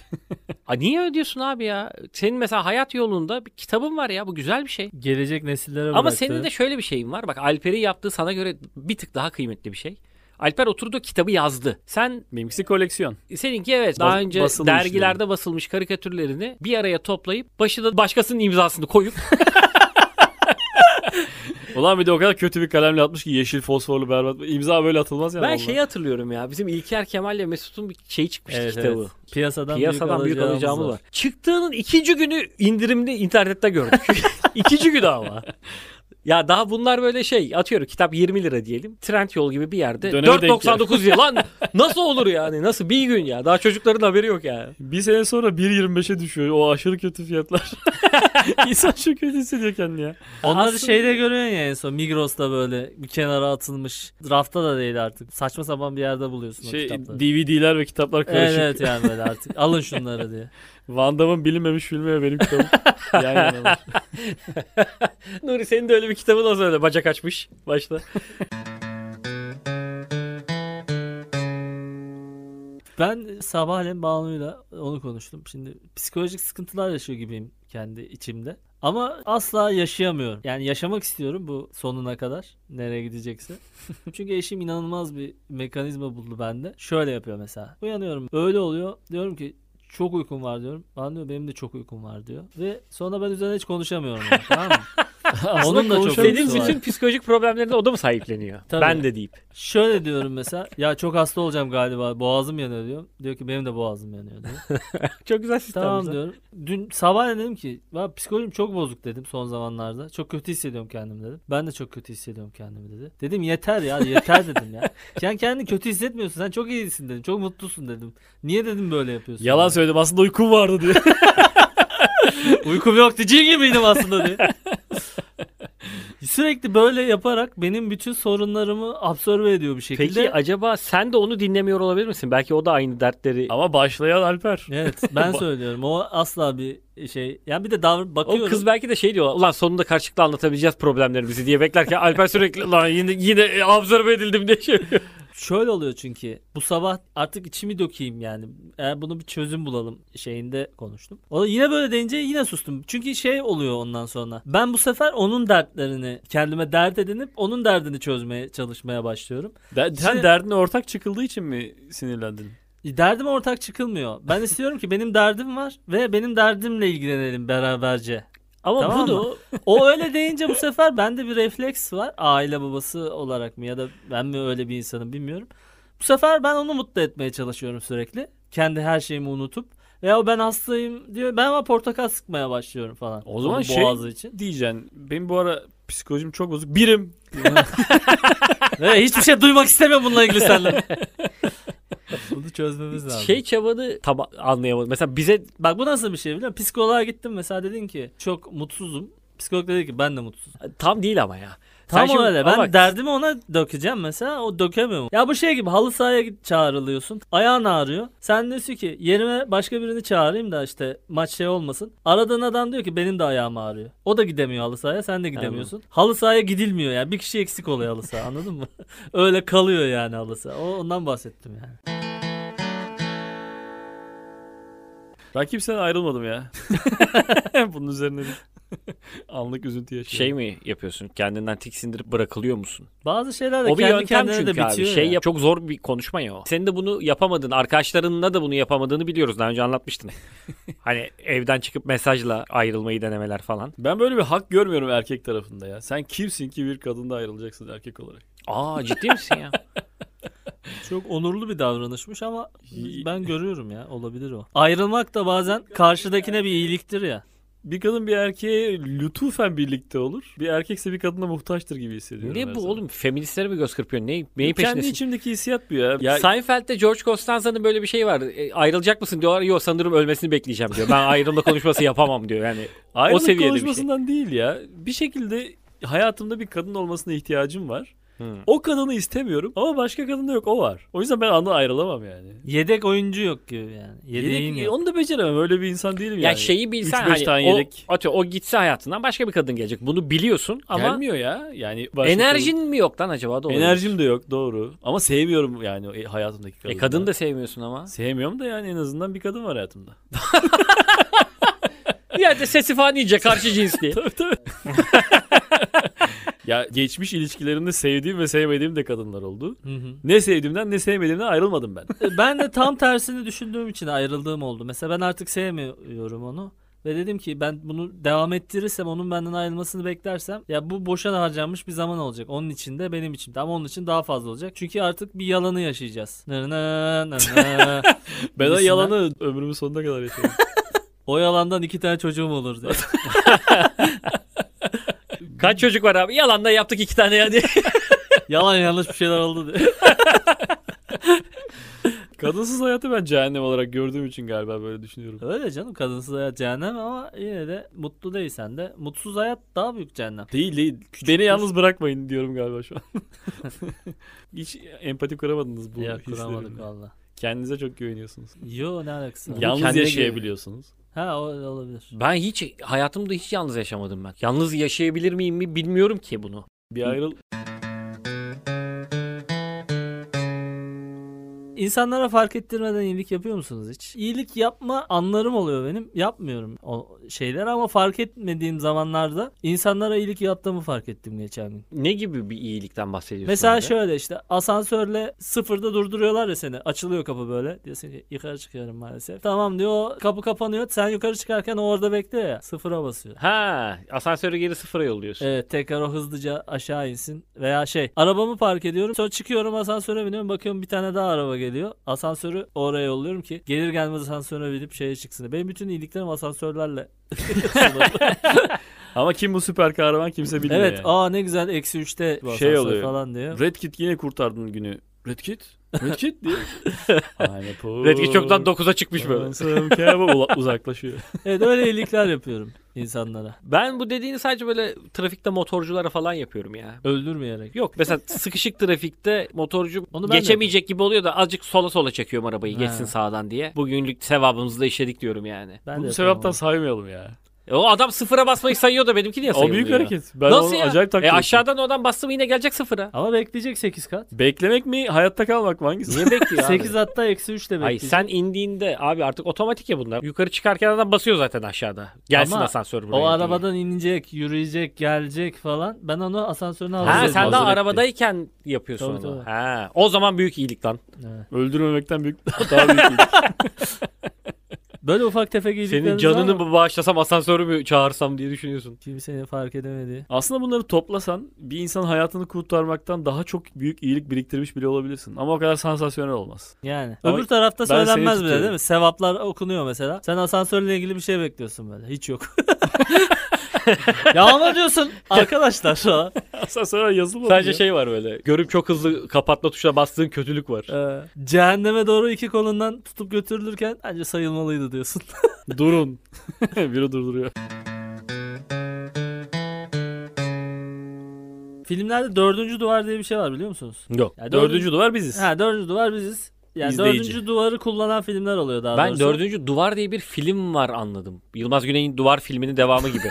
Speaker 2: A niye ödüyorsun abi ya? Senin mesela hayat yolunda bir kitabın var ya. Bu güzel bir şey.
Speaker 1: Gelecek nesillere
Speaker 2: Ama
Speaker 1: bıraktı.
Speaker 2: senin de şöyle bir şeyin var. Bak Alper'i yaptığı sana göre bir tık daha kıymetli bir şey. Alper oturdu kitabı yazdı. Sen
Speaker 3: Benimkisi koleksiyon.
Speaker 2: seninki evet daha
Speaker 3: Bas-
Speaker 2: önce
Speaker 3: basılmış
Speaker 2: dergilerde basılmış karikatürlerini bir araya toplayıp başına başkasının imzasını koyup
Speaker 3: Ulan bir de o kadar kötü bir kalemle atmış ki yeşil fosforlu berbat. İmza böyle atılmaz yani.
Speaker 2: Ben
Speaker 3: vallahi.
Speaker 1: şey
Speaker 2: şeyi hatırlıyorum ya. Bizim İlker Kemal'le Mesut'un bir şeyi çıkmıştı
Speaker 1: Evet,
Speaker 2: kitabı.
Speaker 1: evet. Piyasadan,
Speaker 2: Piyasadan büyük alacağımız var.
Speaker 1: var.
Speaker 2: Çıktığının ikinci günü indirimli internette [laughs] gördük. ikinci günü ama. Ya daha bunlar böyle şey atıyorum kitap 20 lira diyelim. Trend yol gibi bir yerde
Speaker 3: Döneme
Speaker 2: 4.99 diye lan nasıl olur yani nasıl bir gün ya daha çocukların haberi yok yani.
Speaker 3: Bir sene sonra 1.25'e düşüyor. O aşırı kötü fiyatlar.
Speaker 1: [laughs]
Speaker 3: İnsan çok kötü hissediyor kendini ya.
Speaker 1: Onları
Speaker 2: Aslında-
Speaker 1: şeyde görüyorsun ya en son Migros'ta böyle bir kenara atılmış. Rafta da değil artık. Saçma sapan bir yerde buluyorsun o
Speaker 3: Şey,
Speaker 1: kitapları.
Speaker 3: DVD'ler ve kitaplar
Speaker 1: Evet,
Speaker 3: karışık.
Speaker 1: evet yani böyle artık. Alın şunları diye.
Speaker 3: Van Damme'ın bilinmemiş filmi ve benim kitabım. [laughs] Yan yana var.
Speaker 2: Nuri senin de öyle bir kitabın olsa öyle bacak açmış başta.
Speaker 1: Ben sabahleyin Banu'yla onu konuştum. Şimdi psikolojik sıkıntılar yaşıyor gibiyim kendi içimde. Ama asla yaşayamıyorum. Yani yaşamak istiyorum bu sonuna kadar. Nereye gidecekse. [laughs] Çünkü eşim inanılmaz bir mekanizma buldu bende. Şöyle yapıyor mesela. Uyanıyorum. Öyle oluyor. Diyorum ki çok uykum var diyorum. Ben diyor benim de çok uykum var diyor. Ve sonra ben üzerine hiç konuşamıyorum. yani, tamam mı?
Speaker 2: [laughs]
Speaker 1: Onun da çok
Speaker 3: konuşalım.
Speaker 2: Senin
Speaker 1: uykusu var.
Speaker 2: bütün psikolojik problemlerini o da mı sahipleniyor?
Speaker 1: Tabii.
Speaker 2: Ben de deyip.
Speaker 1: Şöyle diyorum mesela. Ya çok hasta olacağım galiba. Boğazım yanıyor diyor. Diyor ki benim de boğazım yanıyor diyor.
Speaker 2: Çok güzel sistem.
Speaker 1: Tamam
Speaker 2: güzel.
Speaker 1: diyorum. Dün sabah dedim ki ben psikolojim çok bozuk dedim son zamanlarda. Çok kötü hissediyorum kendimi dedim. Ben de çok kötü hissediyorum kendimi dedi. Dedim yeter ya yeter dedim
Speaker 2: [laughs]
Speaker 1: ya. Sen kendini kötü hissetmiyorsun sen çok iyisin dedim. Çok mutlusun dedim. Niye dedim böyle yapıyorsun?
Speaker 3: Yalan söyledim aslında uykum vardı diyor.
Speaker 1: [laughs] Uykum yoktu cin gibiydim aslında
Speaker 2: [laughs]
Speaker 1: diye. Sürekli böyle yaparak benim bütün sorunlarımı absorbe ediyor bir şekilde.
Speaker 2: Peki acaba sen de onu dinlemiyor olabilir misin? Belki o da aynı dertleri.
Speaker 3: Ama başlayan Alper.
Speaker 1: Evet
Speaker 2: [laughs]
Speaker 1: ben söylüyorum o asla bir şey. Yani bir de davran bakıyorum.
Speaker 2: O kız belki de şey diyor. Ulan sonunda karşılıklı anlatabileceğiz problemlerimizi
Speaker 1: [laughs]
Speaker 2: diye beklerken Alper sürekli lan yine yine absorbe edildim diye şey yapıyor.
Speaker 1: Şöyle oluyor çünkü bu sabah artık içimi dökeyim yani. Eğer bunu bir çözüm bulalım şeyinde konuştum. O da yine böyle deyince yine sustum. Çünkü şey oluyor ondan sonra. Ben bu sefer onun dertlerini kendime dert edinip onun derdini çözmeye çalışmaya başlıyorum.
Speaker 3: De- sen
Speaker 1: Şimdi-
Speaker 3: derdine ortak çıkıldığı için mi sinirlendin?
Speaker 1: E, Derdime ortak çıkılmıyor. Ben istiyorum ki benim derdim var ve benim derdimle ilgilenelim beraberce.
Speaker 2: Ama
Speaker 1: Tamam
Speaker 2: bunu
Speaker 1: mı? O öyle deyince bu sefer bende bir refleks var. Aile babası olarak mı ya da ben mi öyle bir insanım bilmiyorum. Bu sefer ben onu mutlu etmeye çalışıyorum sürekli. Kendi her şeyimi unutup. Veya o ben hastayım diyor. Ben ama portakal sıkmaya başlıyorum falan.
Speaker 3: O zaman
Speaker 1: Onun
Speaker 3: şey-
Speaker 1: Boğazı için.
Speaker 3: Diyeceksin. Benim bu ara psikolojim çok bozuk. Birim.
Speaker 1: Ve hiçbir şey duymak istemiyorum bununla ilgili senden. Bunu çözmemiz lazım.
Speaker 2: şey çabanı tam anlayamadım. Mesela bize
Speaker 1: Bak bu nasıl bir şey biliyor musun? Psikoloğa gittim mesela dedin ki çok mutsuzum. Psikolog dedi ki ben de mutsuzum.
Speaker 2: tam değil ama ya.
Speaker 1: Tam
Speaker 2: Sen şimdi-
Speaker 1: öyle. Ben
Speaker 2: ama-
Speaker 1: derdimi ona dökeceğim mesela. O dökemiyor. Ya bu şey gibi halı sahaya git çağrılıyorsun. Ayağın ağrıyor. Sen diyorsun ki yerime başka birini çağırayım da işte maç şey olmasın. Aradığın adam diyor ki benim de ayağım ağrıyor. O da gidemiyor halı sahaya. Sen de gidemiyorsun. Halı sahaya gidilmiyor yani. Bir kişi eksik oluyor halı saha anladın mı? [laughs] öyle kalıyor yani halı saha. O, ondan bahsettim yani.
Speaker 3: Ben kimseden ayrılmadım ya.
Speaker 1: [laughs]
Speaker 3: Bunun üzerine bir anlık üzüntü yaşıyorum.
Speaker 2: Şey mi yapıyorsun? Kendinden tiksindirip bırakılıyor musun?
Speaker 1: Bazı şeyler de
Speaker 2: O bir
Speaker 1: kendi
Speaker 2: yöntem
Speaker 1: kendine de
Speaker 2: çünkü
Speaker 1: bitiyor.
Speaker 2: abi. Şey
Speaker 1: ya.
Speaker 2: yap- çok zor bir konuşma ya o. Senin de bunu yapamadın. Arkadaşlarınla da bunu yapamadığını biliyoruz. Daha
Speaker 1: [laughs]
Speaker 2: önce anlatmıştın. hani evden çıkıp mesajla ayrılmayı denemeler falan.
Speaker 3: Ben böyle bir hak görmüyorum erkek tarafında ya. Sen kimsin ki bir kadında ayrılacaksın erkek olarak?
Speaker 2: Aa ciddi misin ya?
Speaker 1: Çok onurlu bir davranışmış ama ben görüyorum ya olabilir o. Ayrılmak da bazen karşıdakine bir iyiliktir ya.
Speaker 3: Bir kadın bir erkeğe lütufen birlikte olur. Bir erkekse bir kadına muhtaçtır gibi hissediyorum.
Speaker 2: ne
Speaker 3: ben
Speaker 2: bu
Speaker 3: sana.
Speaker 2: oğlum? Feministlere mi göz kırpıyorsun? Ne, neyin
Speaker 3: Kendi
Speaker 2: peşindesin?
Speaker 3: içimdeki hissiyat bu ya. ya
Speaker 2: Seinfeld'de George Costanza'nın böyle bir şey var. E, ayrılacak mısın diyorlar. Yok sanırım ölmesini bekleyeceğim diyor. Ben ayrılma konuşması yapamam diyor. Yani
Speaker 3: ayrılık
Speaker 2: o seviyede bir şey.
Speaker 3: konuşmasından değil ya. Bir şekilde hayatımda bir kadın olmasına ihtiyacım var. O kadını istemiyorum ama başka kadında yok o var. O yüzden ben anı ayrılamam yani.
Speaker 1: Yedek oyuncu yok gibi yani. Yedeğin
Speaker 3: Yedek-
Speaker 1: yok.
Speaker 3: onu da beceremem. Öyle bir insan değilim yani.
Speaker 2: yani şeyi bilsen
Speaker 3: üç beş
Speaker 2: hani
Speaker 3: tane
Speaker 2: o,
Speaker 3: yedek.
Speaker 2: atıyor, o gitse hayatından başka bir kadın gelecek. Bunu biliyorsun ama
Speaker 3: Gelmiyor ya. Yani başka
Speaker 2: enerjin mi yok lan acaba? Da
Speaker 3: kadın-
Speaker 2: olabilir.
Speaker 3: enerjim de yok doğru. Ama sevmiyorum yani e, hayatımdaki kadını.
Speaker 2: E kadın da sevmiyorsun [laughs] ama.
Speaker 3: sevmiyorum da yani en azından bir kadın var hayatımda. [laughs]
Speaker 2: ya da sesi falan iyice karşı [laughs] cinsli.
Speaker 1: [laughs]
Speaker 3: tabii tabii. ya geçmiş ilişkilerimde sevdiğim ve sevmediğim de kadınlar oldu.
Speaker 1: Hı hı.
Speaker 3: Ne sevdiğimden ne
Speaker 1: [laughs]
Speaker 3: sevmediğimden ayrılmadım ben.
Speaker 1: ben de tam tersini düşündüğüm için ayrıldığım oldu. Mesela ben artık sevmiyorum onu. Ve dedim ki ben bunu devam ettirirsem onun benden ayrılmasını beklersem ya bu boşa harcanmış bir zaman olacak. Onun için de benim için de ama onun için daha fazla olacak. Çünkü artık bir yalanı yaşayacağız. Nı nı nı nı.
Speaker 3: Ben o
Speaker 1: Birisinden-
Speaker 3: yalanı ömrümün sonuna kadar yaşadım. [laughs]
Speaker 1: o yalandan iki tane çocuğum olur diye.
Speaker 2: Kaç çocuk var abi? Yalanla yaptık iki tane ya diye.
Speaker 1: Yalan yanlış bir şeyler oldu diye.
Speaker 3: Kadınsız hayatı ben cehennem olarak gördüğüm için galiba böyle düşünüyorum.
Speaker 1: Öyle canım kadınsız hayat cehennem ama yine de mutlu değilsen de mutsuz hayat daha büyük cehennem.
Speaker 3: Değil değil. Beni yalnız bırakmayın diyorum galiba şu an.
Speaker 1: [laughs]
Speaker 3: [laughs] Hiç empati kuramadınız bu
Speaker 1: ya kuramadık
Speaker 3: hislerimle.
Speaker 1: valla.
Speaker 3: Kendinize çok güveniyorsunuz.
Speaker 1: Yo ne alakası var?
Speaker 2: Ya-
Speaker 3: Yalnız
Speaker 2: kendine
Speaker 3: yaşayabiliyorsunuz.
Speaker 1: Ha o da olabilir.
Speaker 2: Ben hiç hayatımda hiç yalnız yaşamadım ben. Yalnız yaşayabilir miyim mi bilmiyorum ki bunu.
Speaker 3: Bir ayrıl.
Speaker 1: İnsanlara fark ettirmeden iyilik yapıyor musunuz hiç? İyilik yapma anlarım oluyor benim. Yapmıyorum o şeyler ama fark etmediğim zamanlarda insanlara iyilik yaptığımı fark ettim geçen gün.
Speaker 2: Ne gibi bir iyilikten bahsediyorsun?
Speaker 1: Mesela
Speaker 2: abi?
Speaker 1: şöyle işte asansörle sıfırda durduruyorlar ya seni. Açılıyor kapı böyle. Diyorsun ki yukarı çıkıyorum maalesef. Tamam diyor o kapı kapanıyor. Sen yukarı çıkarken o orada bekliyor ya. Sıfıra basıyor.
Speaker 2: Ha, asansörü geri sıfıra yolluyorsun.
Speaker 1: Evet tekrar o hızlıca aşağı insin. Veya şey arabamı park ediyorum. Sonra çıkıyorum asansöre biniyorum. Bakıyorum bir tane daha araba geliyor. Asansörü oraya yolluyorum ki gelir gelmez asansöre binip şeye çıksın. diye. Benim bütün iyiliklerim
Speaker 2: [laughs]
Speaker 1: asansörlerle.
Speaker 3: Ama kim bu süper kahraman kimse bilmiyor
Speaker 1: evet
Speaker 3: yani.
Speaker 1: aa ne güzel eksi üçte bu
Speaker 3: Şey
Speaker 1: asansör
Speaker 3: oluyor.
Speaker 1: falan diyor.
Speaker 3: Red Kit yine kurtardın günü. Red Kit? Red
Speaker 2: [laughs]
Speaker 3: Kit diye. Aynı pur.
Speaker 2: Redki çoktan 9'a çıkmış böyle.
Speaker 3: Dansım kebap ula- uzaklaşıyor.
Speaker 1: Evet öyle iyilikler yapıyorum insanlara.
Speaker 2: Ben bu dediğini sadece böyle trafikte motorculara falan yapıyorum ya.
Speaker 1: Öldürmeyerek.
Speaker 2: Yok
Speaker 1: [laughs]
Speaker 2: mesela sıkışık trafikte motorcu
Speaker 1: Onu ben de
Speaker 2: geçemeyecek gibi oluyor da azıcık sola sola çekiyorum arabayı
Speaker 1: Ha.
Speaker 2: geçsin sağdan diye. Bugünlük sevabımızı da işledik diyorum yani.
Speaker 1: Ben de
Speaker 3: Bunu
Speaker 1: yapıyorum
Speaker 3: sevaptan
Speaker 1: ama.
Speaker 3: saymayalım ya.
Speaker 2: E, o adam sıfıra basmayı sayıyor da benimki niye
Speaker 3: O
Speaker 2: sayılmıyor?
Speaker 3: büyük hareket. Ben
Speaker 2: Nasıl
Speaker 3: onu
Speaker 2: ya?
Speaker 3: acayip takdir
Speaker 2: E
Speaker 3: ettim.
Speaker 2: aşağıdan oradan bastım yine gelecek sıfıra.
Speaker 1: Ama bekleyecek 8 kat.
Speaker 3: Beklemek mi hayatta kalmak mı hangisi?
Speaker 2: Niye bekliyor abi?
Speaker 1: 8 hatta eksi 3 de
Speaker 2: Ay
Speaker 1: bekleyecek.
Speaker 2: sen indiğinde abi artık otomatik ya bunlar. Yukarı çıkarken adam basıyor zaten aşağıda. Gelsin
Speaker 1: Ama
Speaker 2: asansör buraya.
Speaker 1: O
Speaker 2: diye.
Speaker 1: arabadan inecek, yürüyecek, gelecek falan. Ben onu asansörüne
Speaker 2: Ha
Speaker 1: hazırladım.
Speaker 2: sen daha
Speaker 3: Hazır ettik.
Speaker 2: arabadayken yapıyorsun
Speaker 1: Tabii,
Speaker 2: onu.
Speaker 1: tabii.
Speaker 2: Ha o zaman büyük iyilik lan.
Speaker 1: Evet.
Speaker 3: [laughs] Öldürmemekten büyük daha büyük. iyilik.
Speaker 1: Böyle ufak tefek iyilikleriniz
Speaker 2: Senin canını mı bağışlasam asansörü mü çağırsam diye düşünüyorsun.
Speaker 1: kimsenin fark edemediği.
Speaker 3: Aslında bunları toplasan bir insan hayatını kurtarmaktan daha çok büyük iyilik biriktirmiş bile olabilirsin. Ama o kadar
Speaker 2: [laughs]
Speaker 3: sansasyonel olmaz.
Speaker 1: Yani.
Speaker 3: Ama
Speaker 1: Öbür tarafta
Speaker 3: ben seni
Speaker 1: söylenmez bile
Speaker 3: tutuyorum.
Speaker 1: değil mi? Sevaplar okunuyor mesela. Sen asansörle ilgili bir şey bekliyorsun böyle. Hiç
Speaker 3: [laughs]
Speaker 1: yok. ya ama diyorsun arkadaşlar şu
Speaker 3: [laughs]
Speaker 1: an.
Speaker 3: Asansör yazılmadı
Speaker 2: Sadece
Speaker 3: ya.
Speaker 2: şey var böyle. Görüp çok hızlı kapatma tuşuna bastığın kötülük var.
Speaker 1: e, cehenneme doğru iki kolundan tutup götürülürken bence sayılmalıydı diyorsun. [laughs]
Speaker 3: Durun. [laughs] Biri durduruyor.
Speaker 1: Filmlerde dördüncü duvar diye bir şey var biliyor musunuz?
Speaker 2: Yok.
Speaker 1: Ya
Speaker 3: Dördüncü duvar biziz.
Speaker 1: Ha dördüncü duvar biziz. Yani
Speaker 3: İzleyici.
Speaker 1: dördüncü duvarı kullanan filmler oluyor daha
Speaker 2: Ben
Speaker 1: doğrusu. [laughs]
Speaker 2: dördüncü Duvar diye bir film var anladım. Yılmaz Güney'in Duvar filminin devamı [laughs] gibi.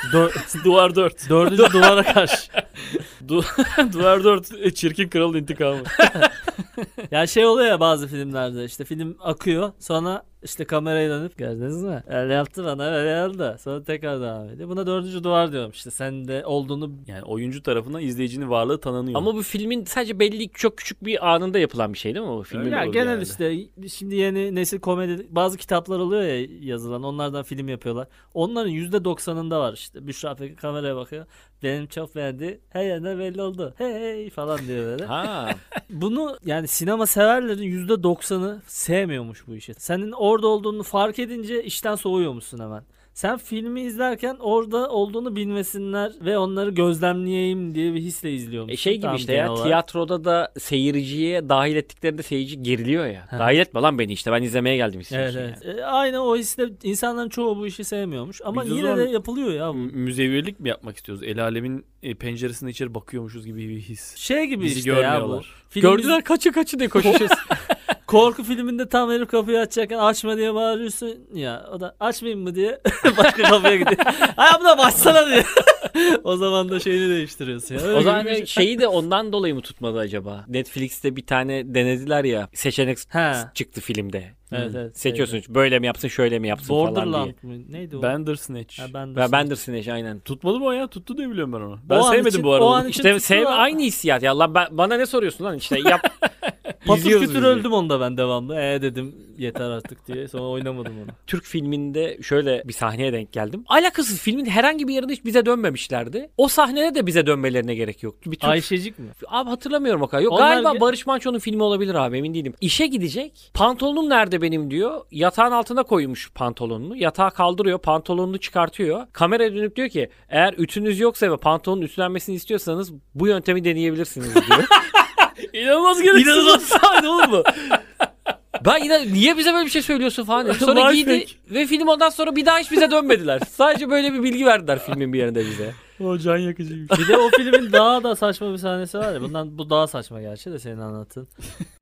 Speaker 2: [laughs]
Speaker 3: duvar
Speaker 1: [laughs]
Speaker 3: dört.
Speaker 1: Dördüncü duvara karşı.
Speaker 3: duvar dört. E, Çirkin kralın intikamı.
Speaker 1: Ya şey oluyor ya bazı filmlerde işte film akıyor sonra işte kameraya dönüp gördünüz mü? Öyle yaptı bana öyle yaptı. Sonra tekrar devam ediyor. Buna dördüncü duvar diyorum işte sen de olduğunu
Speaker 3: Yani oyuncu tarafından izleyicinin varlığı tanınıyor.
Speaker 2: Ama bu filmin sadece belli çok küçük bir anında yapılan bir şey değil mi bu filmin?
Speaker 3: Öyle
Speaker 1: ya
Speaker 3: oluyor
Speaker 1: genel
Speaker 3: genelde.
Speaker 1: işte şimdi yeni nesil komedi bazı kitaplar oluyor ya yazılan onlardan film yapıyorlar. Onların %90'ında var işte. Büşra Pekin kameraya bakıyor. Benim çok beğendi. Her yerine belli oldu. Hey falan diyor böyle.
Speaker 2: Ha.
Speaker 1: Bunu yani sinema severlerin %90'ı sevmiyormuş bu işi. Senin orada olduğunu fark edince işten soğuyormuşsun hemen. Sen filmi izlerken orada olduğunu bilmesinler ve onları gözlemleyeyim diye bir hisle izliyormuşsun.
Speaker 2: E şey gibi
Speaker 1: Tam
Speaker 2: işte
Speaker 1: genel
Speaker 2: ya
Speaker 1: olarak.
Speaker 2: tiyatroda da seyirciye dahil ettiklerinde seyirci geriliyor ya.
Speaker 1: Ha.
Speaker 2: Dahil etme lan beni işte ben izlemeye geldim istiyorsun.
Speaker 1: Evet evet. E, aynı o hisle insanların çoğu bu işi sevmiyormuş ama
Speaker 3: Biz o
Speaker 1: yine
Speaker 3: zaman-
Speaker 1: de yapılıyor ya. bu.
Speaker 3: M- müzevirlik mi yapmak istiyoruz? El alemin e, penceresine içeri bakıyormuşuz gibi bir his.
Speaker 1: Şey gibi
Speaker 3: Bizi
Speaker 1: işte ya bu.
Speaker 3: görmüyorlar.
Speaker 1: Film
Speaker 2: Gördüler kaçı kaçı diye koşacağız.
Speaker 1: iz- Korku filminde tam herif kapıyı açacakken açma diye bağırıyorsun ya. O da açmayayım mı diye [laughs] başka kapıya gidiyor. Ay abla baksana diye. [laughs] o zaman da şeyini değiştiriyorsun ya. [laughs] Öyle
Speaker 2: o zaman
Speaker 1: gibi bir şey.
Speaker 2: şeyi de ondan dolayı mı tutmadı acaba? Netflix'te bir tane denediler ya seçenek
Speaker 1: Ha.
Speaker 2: çıktı filmde. Hmm.
Speaker 1: Evet, evet,
Speaker 2: Seçiyorsun böyle mi yapsın şöyle mi yapsın falan diye.
Speaker 1: Borderland mı? Neydi o?
Speaker 3: Bandersnatch.
Speaker 1: Ha, ben
Speaker 2: Ve Bandersnatch aynen.
Speaker 3: Tutmadı mı o ya? Tuttu diye biliyorum ben onu. Ben
Speaker 1: an
Speaker 3: sevmedim
Speaker 1: için-
Speaker 3: bu arada.
Speaker 1: o
Speaker 3: onu.
Speaker 1: an için
Speaker 2: İşte
Speaker 1: tuttular. [laughs]
Speaker 2: sev aynı hissiyat ya lan ben, bana ne soruyorsun lan işte yap
Speaker 1: Patır
Speaker 2: İzliyoruz
Speaker 1: kütür
Speaker 2: bizi.
Speaker 1: öldüm onda ben devamlı. Ee dedim yeter artık diye. Sonra oynamadım onu.
Speaker 2: Türk filminde şöyle bir sahneye denk geldim. Alakasız filmin herhangi bir yerinde hiç bize dönmemişlerdi. O sahnede de bize dönmelerine gerek yoktu. Bir Türk
Speaker 1: Ayşecik mi?
Speaker 2: Abi hatırlamıyorum o kadar. Yok
Speaker 1: Onlar
Speaker 2: galiba
Speaker 1: ge-
Speaker 2: Barış Manço'nun filmi olabilir abi emin değilim. İşe gidecek. Pantolonum nerede benim diyor. Yatağın altına koymuş pantolonunu. Yatağı kaldırıyor. Pantolonunu çıkartıyor. Kameraya dönüp diyor ki eğer ütünüz yoksa ve pantolonun ütülenmesini istiyorsanız bu yöntemi deneyebilirsiniz diyor.
Speaker 1: [laughs]
Speaker 2: [laughs]
Speaker 1: İnanılmaz gereksiz. [laughs]
Speaker 2: İnanılmaz
Speaker 1: sahne oğlum bu.
Speaker 2: ben yine niye bize böyle bir şey söylüyorsun falan dedim. Sonra giydi
Speaker 1: Flashback.
Speaker 2: ve film ondan sonra bir daha hiç bize dönmediler. Sadece böyle bir bilgi verdiler filmin bir yerinde bize.
Speaker 1: O can yakıcıymış. Bir de o filmin daha da saçma bir sahnesi var ya. Bundan bu daha saçma gerçi de senin anlattığın.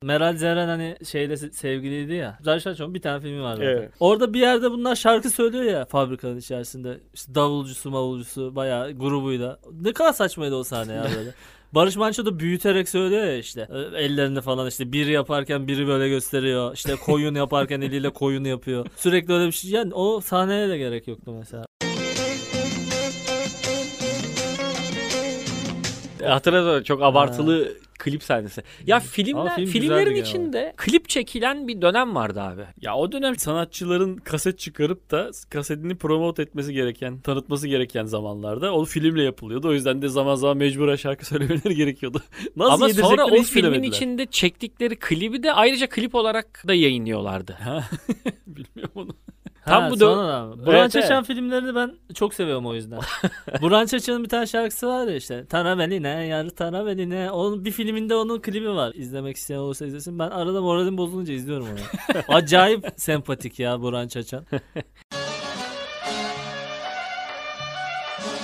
Speaker 1: Meral Zeren hani şeyle se- sevgiliydi ya. Zahir Şahçıoğlu'nun bir tane filmi var zaten.
Speaker 2: Evet.
Speaker 1: Orada bir yerde bunlar şarkı söylüyor ya fabrikanın içerisinde. İşte davulcusu mavulcusu bayağı grubuyla. Ne kadar saçmaydı o sahne ya böyle. Barış Manço da büyüterek söylüyor ya işte. Ee, Ellerini falan işte biri yaparken biri böyle gösteriyor. İşte koyun yaparken eliyle koyun yapıyor. Sürekli öyle bir şey. Yani o sahneye de gerek yoktu mesela.
Speaker 2: Hatırladım çok abartılı klip sahnesi. Ya filmler,
Speaker 1: film güzeldi
Speaker 2: filmlerin
Speaker 1: gene ama.
Speaker 2: içinde klip çekilen bir dönem vardı abi.
Speaker 3: Ya o dönem sanatçıların kaset çıkarıp da kasetini promote etmesi gereken, tanıtması gereken zamanlarda o filmle yapılıyordu. O yüzden de zaman zaman mecburen şarkı [laughs] söylemeleri gerekiyordu. Nasıl
Speaker 2: Ama sonra
Speaker 3: yedireceklerini
Speaker 2: o
Speaker 3: hiç
Speaker 2: filmin
Speaker 3: bilemediler.
Speaker 2: içinde çektikleri klibi de ayrıca klip olarak da yayınlıyorlardı.
Speaker 3: Bilmiyorum onu.
Speaker 2: Tam
Speaker 1: Ha,
Speaker 2: bu dö-
Speaker 1: sonra da- Burhan
Speaker 2: Evet,
Speaker 1: Çeşen filmlerini ben çok seviyorum o yüzden. Burhan Çeşen'in bir tane şarkısı var ya işte. Taraveline, yarı taraveline. Onun bir filminde onun klibi var. İzlemek isteyen olursa izlesin. Ben arada moralim bozulunca izliyorum onu. Acayip sempatik ya Burhan Çeşen.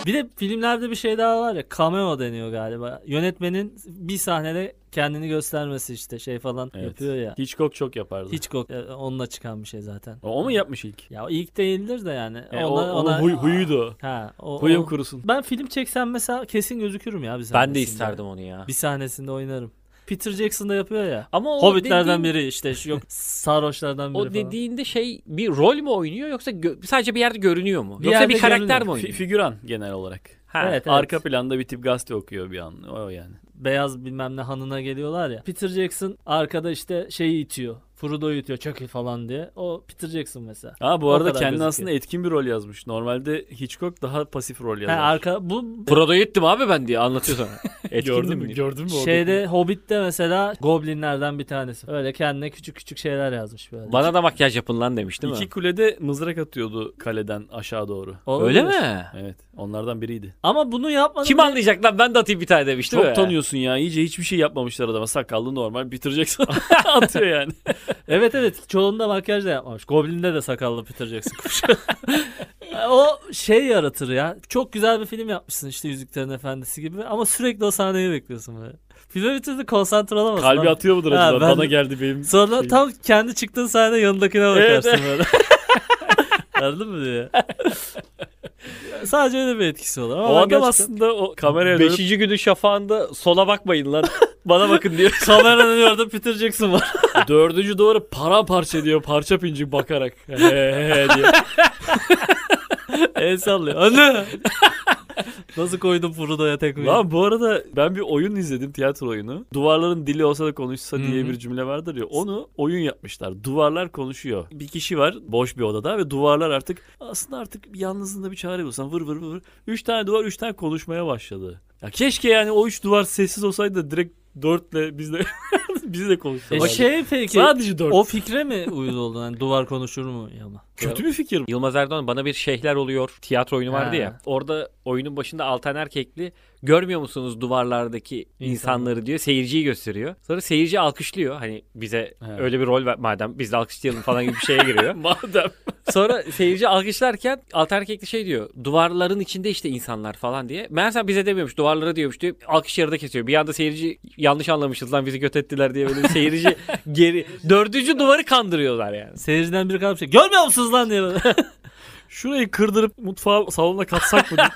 Speaker 1: Bir de filmlerde bir şey daha var ya cameo deniyor galiba. Yönetmenin bir sahnede kendini göstermesi işte şey falan
Speaker 3: Evet.
Speaker 1: yapıyor ya.
Speaker 3: Hitchcock çok yapardı.
Speaker 1: Hiç onunla çıkan bir şey zaten.
Speaker 3: O, o mu yapmış ilk?
Speaker 1: Ya ilk değildir de yani.
Speaker 3: E, o, onun huy- huyuydu o.
Speaker 1: Ha, o,
Speaker 3: Huyum
Speaker 1: o-
Speaker 3: kurusun.
Speaker 1: Ben film çeksem mesela kesin gözükürüm ya bir sahnesinde.
Speaker 2: ben de isterdim onu ya.
Speaker 1: Bir sahnesinde oynarım. Peter Jackson da yapıyor ya.
Speaker 2: Ama o
Speaker 1: Hobbitlerden
Speaker 2: dediğin-
Speaker 1: biri işte şu yok sarhoşlardan biri
Speaker 2: O
Speaker 1: falan.
Speaker 2: dediğinde şey bir rol mü oynuyor yoksa gö- sadece bir yerde görünüyor mu?
Speaker 1: Bir
Speaker 2: yoksa
Speaker 1: yerde
Speaker 2: bir karakter
Speaker 1: görünüyor.
Speaker 2: mi
Speaker 3: Fi-
Speaker 2: oynuyor?
Speaker 3: figüran genel olarak.
Speaker 2: Ha.
Speaker 1: Evet.
Speaker 3: Arka planda bir tip gazete okuyor bir an. O yani.
Speaker 1: Beyaz bilmem ne hanına geliyorlar ya. Peter Jackson arkada işte şeyi itiyor. Frodo'yu itiyor çakı falan diye. O Peter Jackson mesela.
Speaker 3: Ha bu
Speaker 1: O
Speaker 3: arada
Speaker 1: kadar
Speaker 3: kendi
Speaker 1: gözüküyor.
Speaker 3: aslında etkin bir rol yazmış. Normalde Hitchcock daha pasif rol
Speaker 1: He,
Speaker 3: yazar.
Speaker 1: arka bu
Speaker 2: Burada yettim abi ben diye anlatıyor
Speaker 3: [laughs]
Speaker 2: sana.
Speaker 3: Gördün
Speaker 2: Etkindim
Speaker 3: mü?
Speaker 2: diye.
Speaker 3: Gördün mü? orada?
Speaker 1: şeyde Hobbit'te mesela goblinlerden bir tanesi. Öyle kendine küçük küçük şeyler yazmış böyle.
Speaker 2: Bana da makyaj yapın lan demiş değil mi?
Speaker 3: İki kulede mızrak atıyordu kaleden aşağı doğru.
Speaker 1: Olabilir.
Speaker 2: Öyle mi?
Speaker 3: Evet. Onlardan biriydi.
Speaker 1: Ama bunu yapmadım.
Speaker 2: Kim
Speaker 1: diye-
Speaker 2: anlayacak lan ben de atayım bir tane demiş değil
Speaker 3: Çok
Speaker 2: mi? [laughs]
Speaker 3: tanıyorsun ya. İyice hiçbir şey yapmamışlar adama. Sakallı
Speaker 2: [laughs]
Speaker 3: normal bitireceksin. Atıyor yani.
Speaker 1: Evet evet çoğunda makyaj da yapmamış. Goblin'de de sakallı Peter Jackson
Speaker 3: [laughs]
Speaker 1: kuşu. o şey yaratır ya. Çok güzel bir film yapmışsın işte Yüzüklerin Efendisi gibi ama sürekli o sahneyi bekliyorsun böyle. Filme bir türlü konsantre olamazsın.
Speaker 3: Kalbi
Speaker 1: abi.
Speaker 3: atıyor mudur
Speaker 1: Ha,
Speaker 3: acaba?
Speaker 1: ben-
Speaker 3: Bana geldi
Speaker 2: [laughs]
Speaker 3: benim.
Speaker 1: Sonra
Speaker 3: Şey-
Speaker 1: tam kendi çıktığın sahnede yanındakine bakarsın
Speaker 3: Evet,
Speaker 1: böyle. Anladın mı diye. [laughs] Sadece öyle bir etkisi olur. Ama
Speaker 3: O
Speaker 1: ben
Speaker 3: adam
Speaker 1: gerçekten-
Speaker 3: aslında o kameraya dönüp
Speaker 2: Beşinci günün şafağında sola bakmayın
Speaker 3: [laughs]
Speaker 2: lan. Bana bakın diyor.
Speaker 1: kameranın orada Peter Jackson var.
Speaker 3: dördüncü duvarı paramparça ediyor. Parça pincik bakarak. He he he diye.
Speaker 1: El sallıyor.
Speaker 3: [laughs]
Speaker 1: Anne! Nasıl koydun Frodo'ya tekmeyi?
Speaker 3: Lan bu arada ben bir oyun izledim tiyatro oyunu. Duvarların dili olsa da konuşsa diye
Speaker 1: Hı hı.
Speaker 3: bir cümle vardır ya. Onu oyun yapmışlar. Duvarlar konuşuyor. Bir kişi var boş bir odada ve duvarlar artık aslında artık yalnızlığında bir çare bulsan vır vır vır. Üç tane duvar üç tane konuşmaya başladı. Ya keşke yani o üç duvar sessiz olsaydı da direkt dörtle bizle [laughs] bizi de
Speaker 1: E
Speaker 3: konuşsalardı.
Speaker 1: şey peki.
Speaker 3: Sadece dört.
Speaker 1: O fikre mi uyuz oldun? Hani duvar konuşur mu ama?
Speaker 3: Kötü bir fikir. mi?
Speaker 2: Yılmaz Erdoğan bana bir şeyler oluyor tiyatro oyunu vardı
Speaker 1: Ha.
Speaker 2: ya. Orada oyunun başında Altan Erkekli görmüyor musunuz duvarlardaki insanları diyor. Seyirciyi gösteriyor. Sonra seyirci alkışlıyor. Hani bize
Speaker 3: Evet.
Speaker 2: öyle bir rol ver madem biz de alkışlayalım falan gibi bir şeye giriyor.
Speaker 3: [laughs] Madem.
Speaker 2: Sonra seyirci alkışlarken Altan Erkekli şey diyor. Duvarların içinde işte insanlar falan diye. Meğerse bize demiyormuş duvarlara diyormuş diyor. Alkış yarıda kesiyor. Bir anda seyirci yanlış anlamışız lan bizi göt ettiler diye böyle bir
Speaker 3: [laughs]
Speaker 2: seyirci geri. Dördüncü duvarı kandırıyorlar yani.
Speaker 1: Seyirciden biri kalmış. Görmüyor musunuz lan diye. böyle. [laughs]
Speaker 3: Şurayı kırdırıp mutfağa salona katsak mı? diye.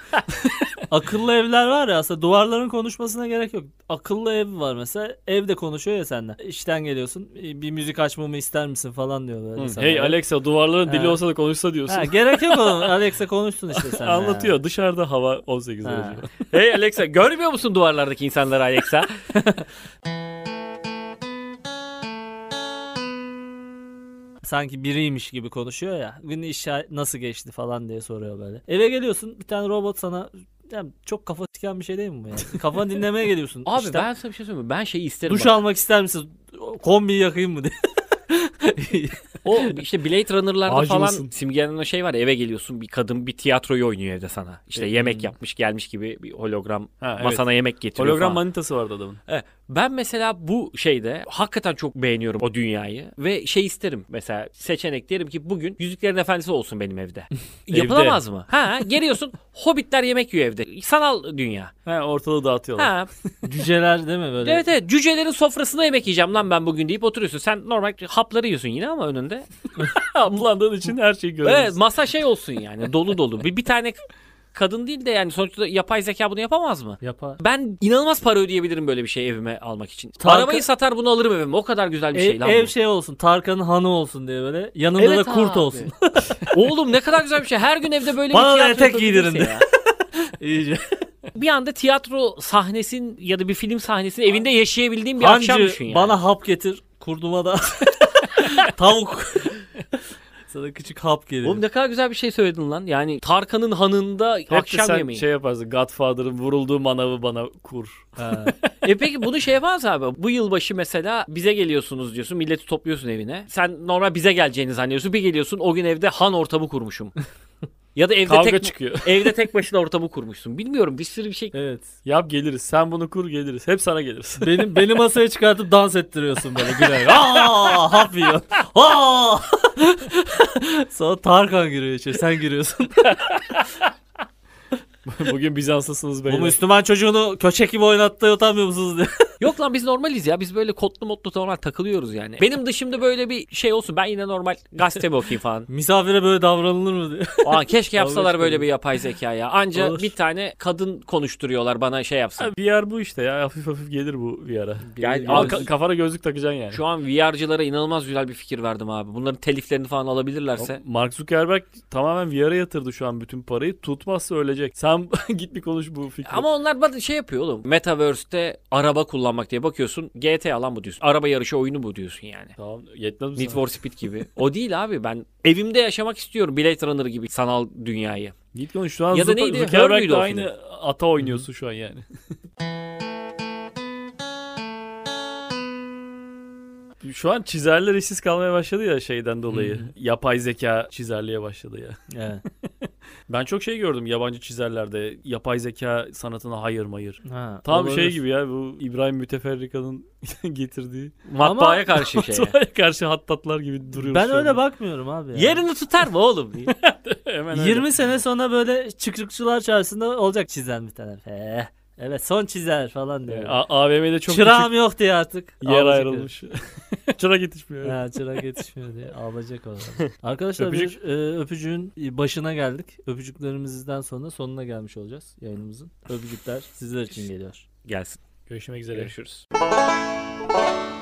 Speaker 1: Akıllı evler var ya aslında duvarların konuşmasına gerek yok. Akıllı ev var mesela. Evde konuşuyor ya seninle. İşten geliyorsun. e, Bir müzik açmamı ister misin falan diyor böyle
Speaker 3: Hı,
Speaker 1: sana.
Speaker 3: hey Alexa duvarların dili
Speaker 1: Ha.
Speaker 3: olsa da konuşsa diyorsun.
Speaker 1: Ha, gerek yok oğlum. Alexa konuşsun
Speaker 3: [laughs]
Speaker 1: işte sen.
Speaker 3: Anlatıyor dışarıda hava 18
Speaker 1: Ha.
Speaker 3: derece.
Speaker 2: Hey Alexa görmüyor musun duvarlardaki insanları Alexa?
Speaker 1: sanki biriymiş gibi konuşuyor ya. Günün işi nasıl geçti falan diye soruyor böyle. Eve geliyorsun bir tane robot sana yani çok kafa siken bir şey değil mi bu yani? Kafanı dinlemeye geliyorsun.
Speaker 2: [laughs] Abi
Speaker 1: İşte
Speaker 2: ben sana bir şey söyleyeyim mi? Ben şeyi isterim.
Speaker 1: duş
Speaker 2: bak.
Speaker 1: almak ister misin? Kombiyi yakayım
Speaker 2: [laughs]
Speaker 1: mı diye.
Speaker 2: O işte Blade Runner'larda
Speaker 3: Acı
Speaker 2: falan
Speaker 3: mısın?
Speaker 2: simgelenen o şey var ya eve geliyorsun bir kadın bir tiyatroyu oynuyor evde sana. İşte
Speaker 1: E,
Speaker 2: yemek
Speaker 1: hmm.
Speaker 2: yapmış gelmiş gibi bir hologram
Speaker 3: Ee, Ha, evet.
Speaker 2: masana yemek getiriyor
Speaker 3: Hologram
Speaker 2: falan.
Speaker 3: manitası vardı adamın.
Speaker 2: Evet. Ben mesela bu şeyde hakikaten çok beğeniyorum o dünyayı ve şey isterim mesela seçenek diyelim ki bugün Yüzüklerin Efendisi olsun benim
Speaker 3: [laughs]
Speaker 2: evde. Yapılamaz mı? Ha geliyorsun hobbitler yemek yiyor evde. Sanal dünya.
Speaker 3: He, ortalığı dağıtıyorlar.
Speaker 2: Ha
Speaker 1: Cüceler değil mi böyle?
Speaker 2: evet evet cücelerin sofrasına yemek yiyeceğim lan ben bugün deyip oturuyorsun. Sen normal hapları yiyorsun yine ama önünde.
Speaker 3: Ablandığın için her şeyi görüyorsun.
Speaker 2: Evet masa şey olsun yani dolu dolu. Bir, bir tane kadın değil de yani sonuçta yapay zeka bunu yapamaz mı?
Speaker 1: Yapar.
Speaker 2: Ben inanılmaz para ödeyebilirim böyle bir şey evime almak için.
Speaker 1: Tarkan-
Speaker 2: Arabayı satar bunu alırım evime. O kadar güzel bir şey
Speaker 1: ev,
Speaker 2: lan
Speaker 1: ev
Speaker 2: bu.
Speaker 1: şey olsun. Tarkan'ın hanı olsun diye böyle. Yanında
Speaker 2: Evet
Speaker 1: da kurt
Speaker 2: abi. [laughs]
Speaker 1: olsun.
Speaker 2: Oğlum ne kadar güzel bir şey. Her gün evde böyle
Speaker 1: Bana da
Speaker 2: bir tiyatro
Speaker 1: etek giydirin
Speaker 2: yapabilirse ya.
Speaker 1: İyice.
Speaker 2: Bir anda tiyatro sahnesin ya da bir film sahnesini evinde yaşayabildiğim bir akşam
Speaker 1: Hancı
Speaker 2: düşün yani.
Speaker 1: bana hap getir. Kurduma
Speaker 2: [laughs]
Speaker 1: da tavuk. [laughs] Sana küçük hap gelir.
Speaker 2: Oğlum ne kadar güzel bir şey söyledin lan. Yani Tarkan'ın hanında
Speaker 3: Hep de
Speaker 2: akşam
Speaker 3: sen
Speaker 2: yemeği.
Speaker 3: şey yaparsın. Godfather'ın vurulduğu manavı bana kur.
Speaker 1: Ha.
Speaker 2: E peki bunu şey yapamaz abi. Bu yılbaşı mesela bize geliyorsunuz diyorsun. Milleti topluyorsun evine. Sen normal bize geleceğini zannediyorsun. Bir geliyorsun o gün evde han ortamı
Speaker 3: [laughs]
Speaker 2: kurmuşum. ya da evde
Speaker 3: Kavga
Speaker 2: tek
Speaker 3: çıkıyor. [laughs]
Speaker 2: evde tek başına ortamı kurmuşsun. Bilmiyorum bir sürü bir şey.
Speaker 1: evet.
Speaker 3: Yap geliriz. Sen bunu kur geliriz. Hep
Speaker 2: [laughs]
Speaker 3: sana geliriz.
Speaker 1: Benim beni masaya çıkartıp dans ettiriyorsun böyle gülerek. Aa hap yiyor. Aa. [laughs] Sonra Tarkan giriyor içeri. Sen giriyorsun.
Speaker 3: Bugün Bizanslısınız
Speaker 1: Bu
Speaker 3: beyler.
Speaker 1: Müslüman çocuğunu köçek gibi oynattı utanmıyor musunuz diye.
Speaker 2: Yok lan biz normaliz ya. Biz böyle kotlu motlu normal takılıyoruz yani. Benim dışımda böyle bir şey olsun. Ben yine normal gazetemi okuyayım falan.
Speaker 1: Misafire böyle davranılır mı diye.
Speaker 2: Aa, keşke yapsalar
Speaker 1: Kavga
Speaker 2: böyle bir yapay zeka ya. Anca
Speaker 1: Olur.
Speaker 2: bir tane kadın konuşturuyorlar bana şey yapsın.
Speaker 3: Ha, VR bu işte ya. Hafif hafif gelir bu VR'a.
Speaker 2: Yani
Speaker 3: Ama
Speaker 2: abi-
Speaker 3: ka- kafana gözlük takacaksın yani.
Speaker 2: Şu an VR'cılara inanılmaz güzel bir fikir verdim abi. Bunların teliflerini falan alabilirlerse.
Speaker 3: Mark Zuckerberg tamamen VR'a yatırdı şu an bütün parayı. Tutmazsa ölecek. Sen [laughs] git bir konuş bu fikri.
Speaker 2: Ama onlar bana şey yapıyor oğlum. Metaverse'te araba kullanmak diye bakıyorsun. GTA lan bu diyorsun. Araba yarışı oyunu bu diyorsun yani.
Speaker 3: Tamam yetmez mi
Speaker 2: Need
Speaker 3: sana?
Speaker 2: for Speed gibi. O değil abi ben evimde yaşamak istiyorum Blade Runner gibi sanal dünyayı.
Speaker 3: Git konuş. Şu an
Speaker 2: Ya da
Speaker 3: Zucker-
Speaker 2: neydi? Her
Speaker 3: Zuckerberg'le
Speaker 2: muydu o
Speaker 3: aynı ata oynuyorsun şu an yani. Şu an çizerler işsiz kalmaya başladı ya şeyden dolayı. Yapay zeka çizerliğe başladı ya.
Speaker 1: Evet.
Speaker 3: Ben çok şey gördüm yabancı çizerlerde. Yapay zeka sanatına hayır mayır.
Speaker 1: Ha,
Speaker 3: Tam şey
Speaker 1: olabilir.
Speaker 3: gibi ya bu İbrahim Müteferrika'nın [laughs] getirdiği
Speaker 2: Matbaaya karşı
Speaker 3: [laughs]
Speaker 2: şey.
Speaker 3: matbaaya karşı hattatlar gibi duruyoruz.
Speaker 1: Ben
Speaker 3: şu anda.
Speaker 1: öyle bakmıyorum abi. ya.
Speaker 2: Yerini tutar mı oğlum?
Speaker 3: Hemen öyle.
Speaker 1: 20 sene sonra böyle çıkrıkçılar çarşısında olacak çizen bir tane. Eh, evet son çizer falan diyor.
Speaker 3: Evet, A- AVM'de çok
Speaker 1: Çırağım yok diye artık.
Speaker 3: küçük yer
Speaker 1: ağlayacak
Speaker 3: ayrılmış. [laughs] Çırak yetişmiyor.
Speaker 1: herif. Ha, çırak yetişmiyor diye ağlayacak o
Speaker 3: [laughs]
Speaker 1: zaman. Arkadaşlar
Speaker 3: Öpücük.
Speaker 1: bir e, öpücüğün başına geldik. Öpücüklerimizden sonra sonuna gelmiş olacağız yayınımızın. Öpücükler sizler için geliyor.
Speaker 2: Gelsin.
Speaker 3: Görüşmek üzere.
Speaker 2: Görüşürüz.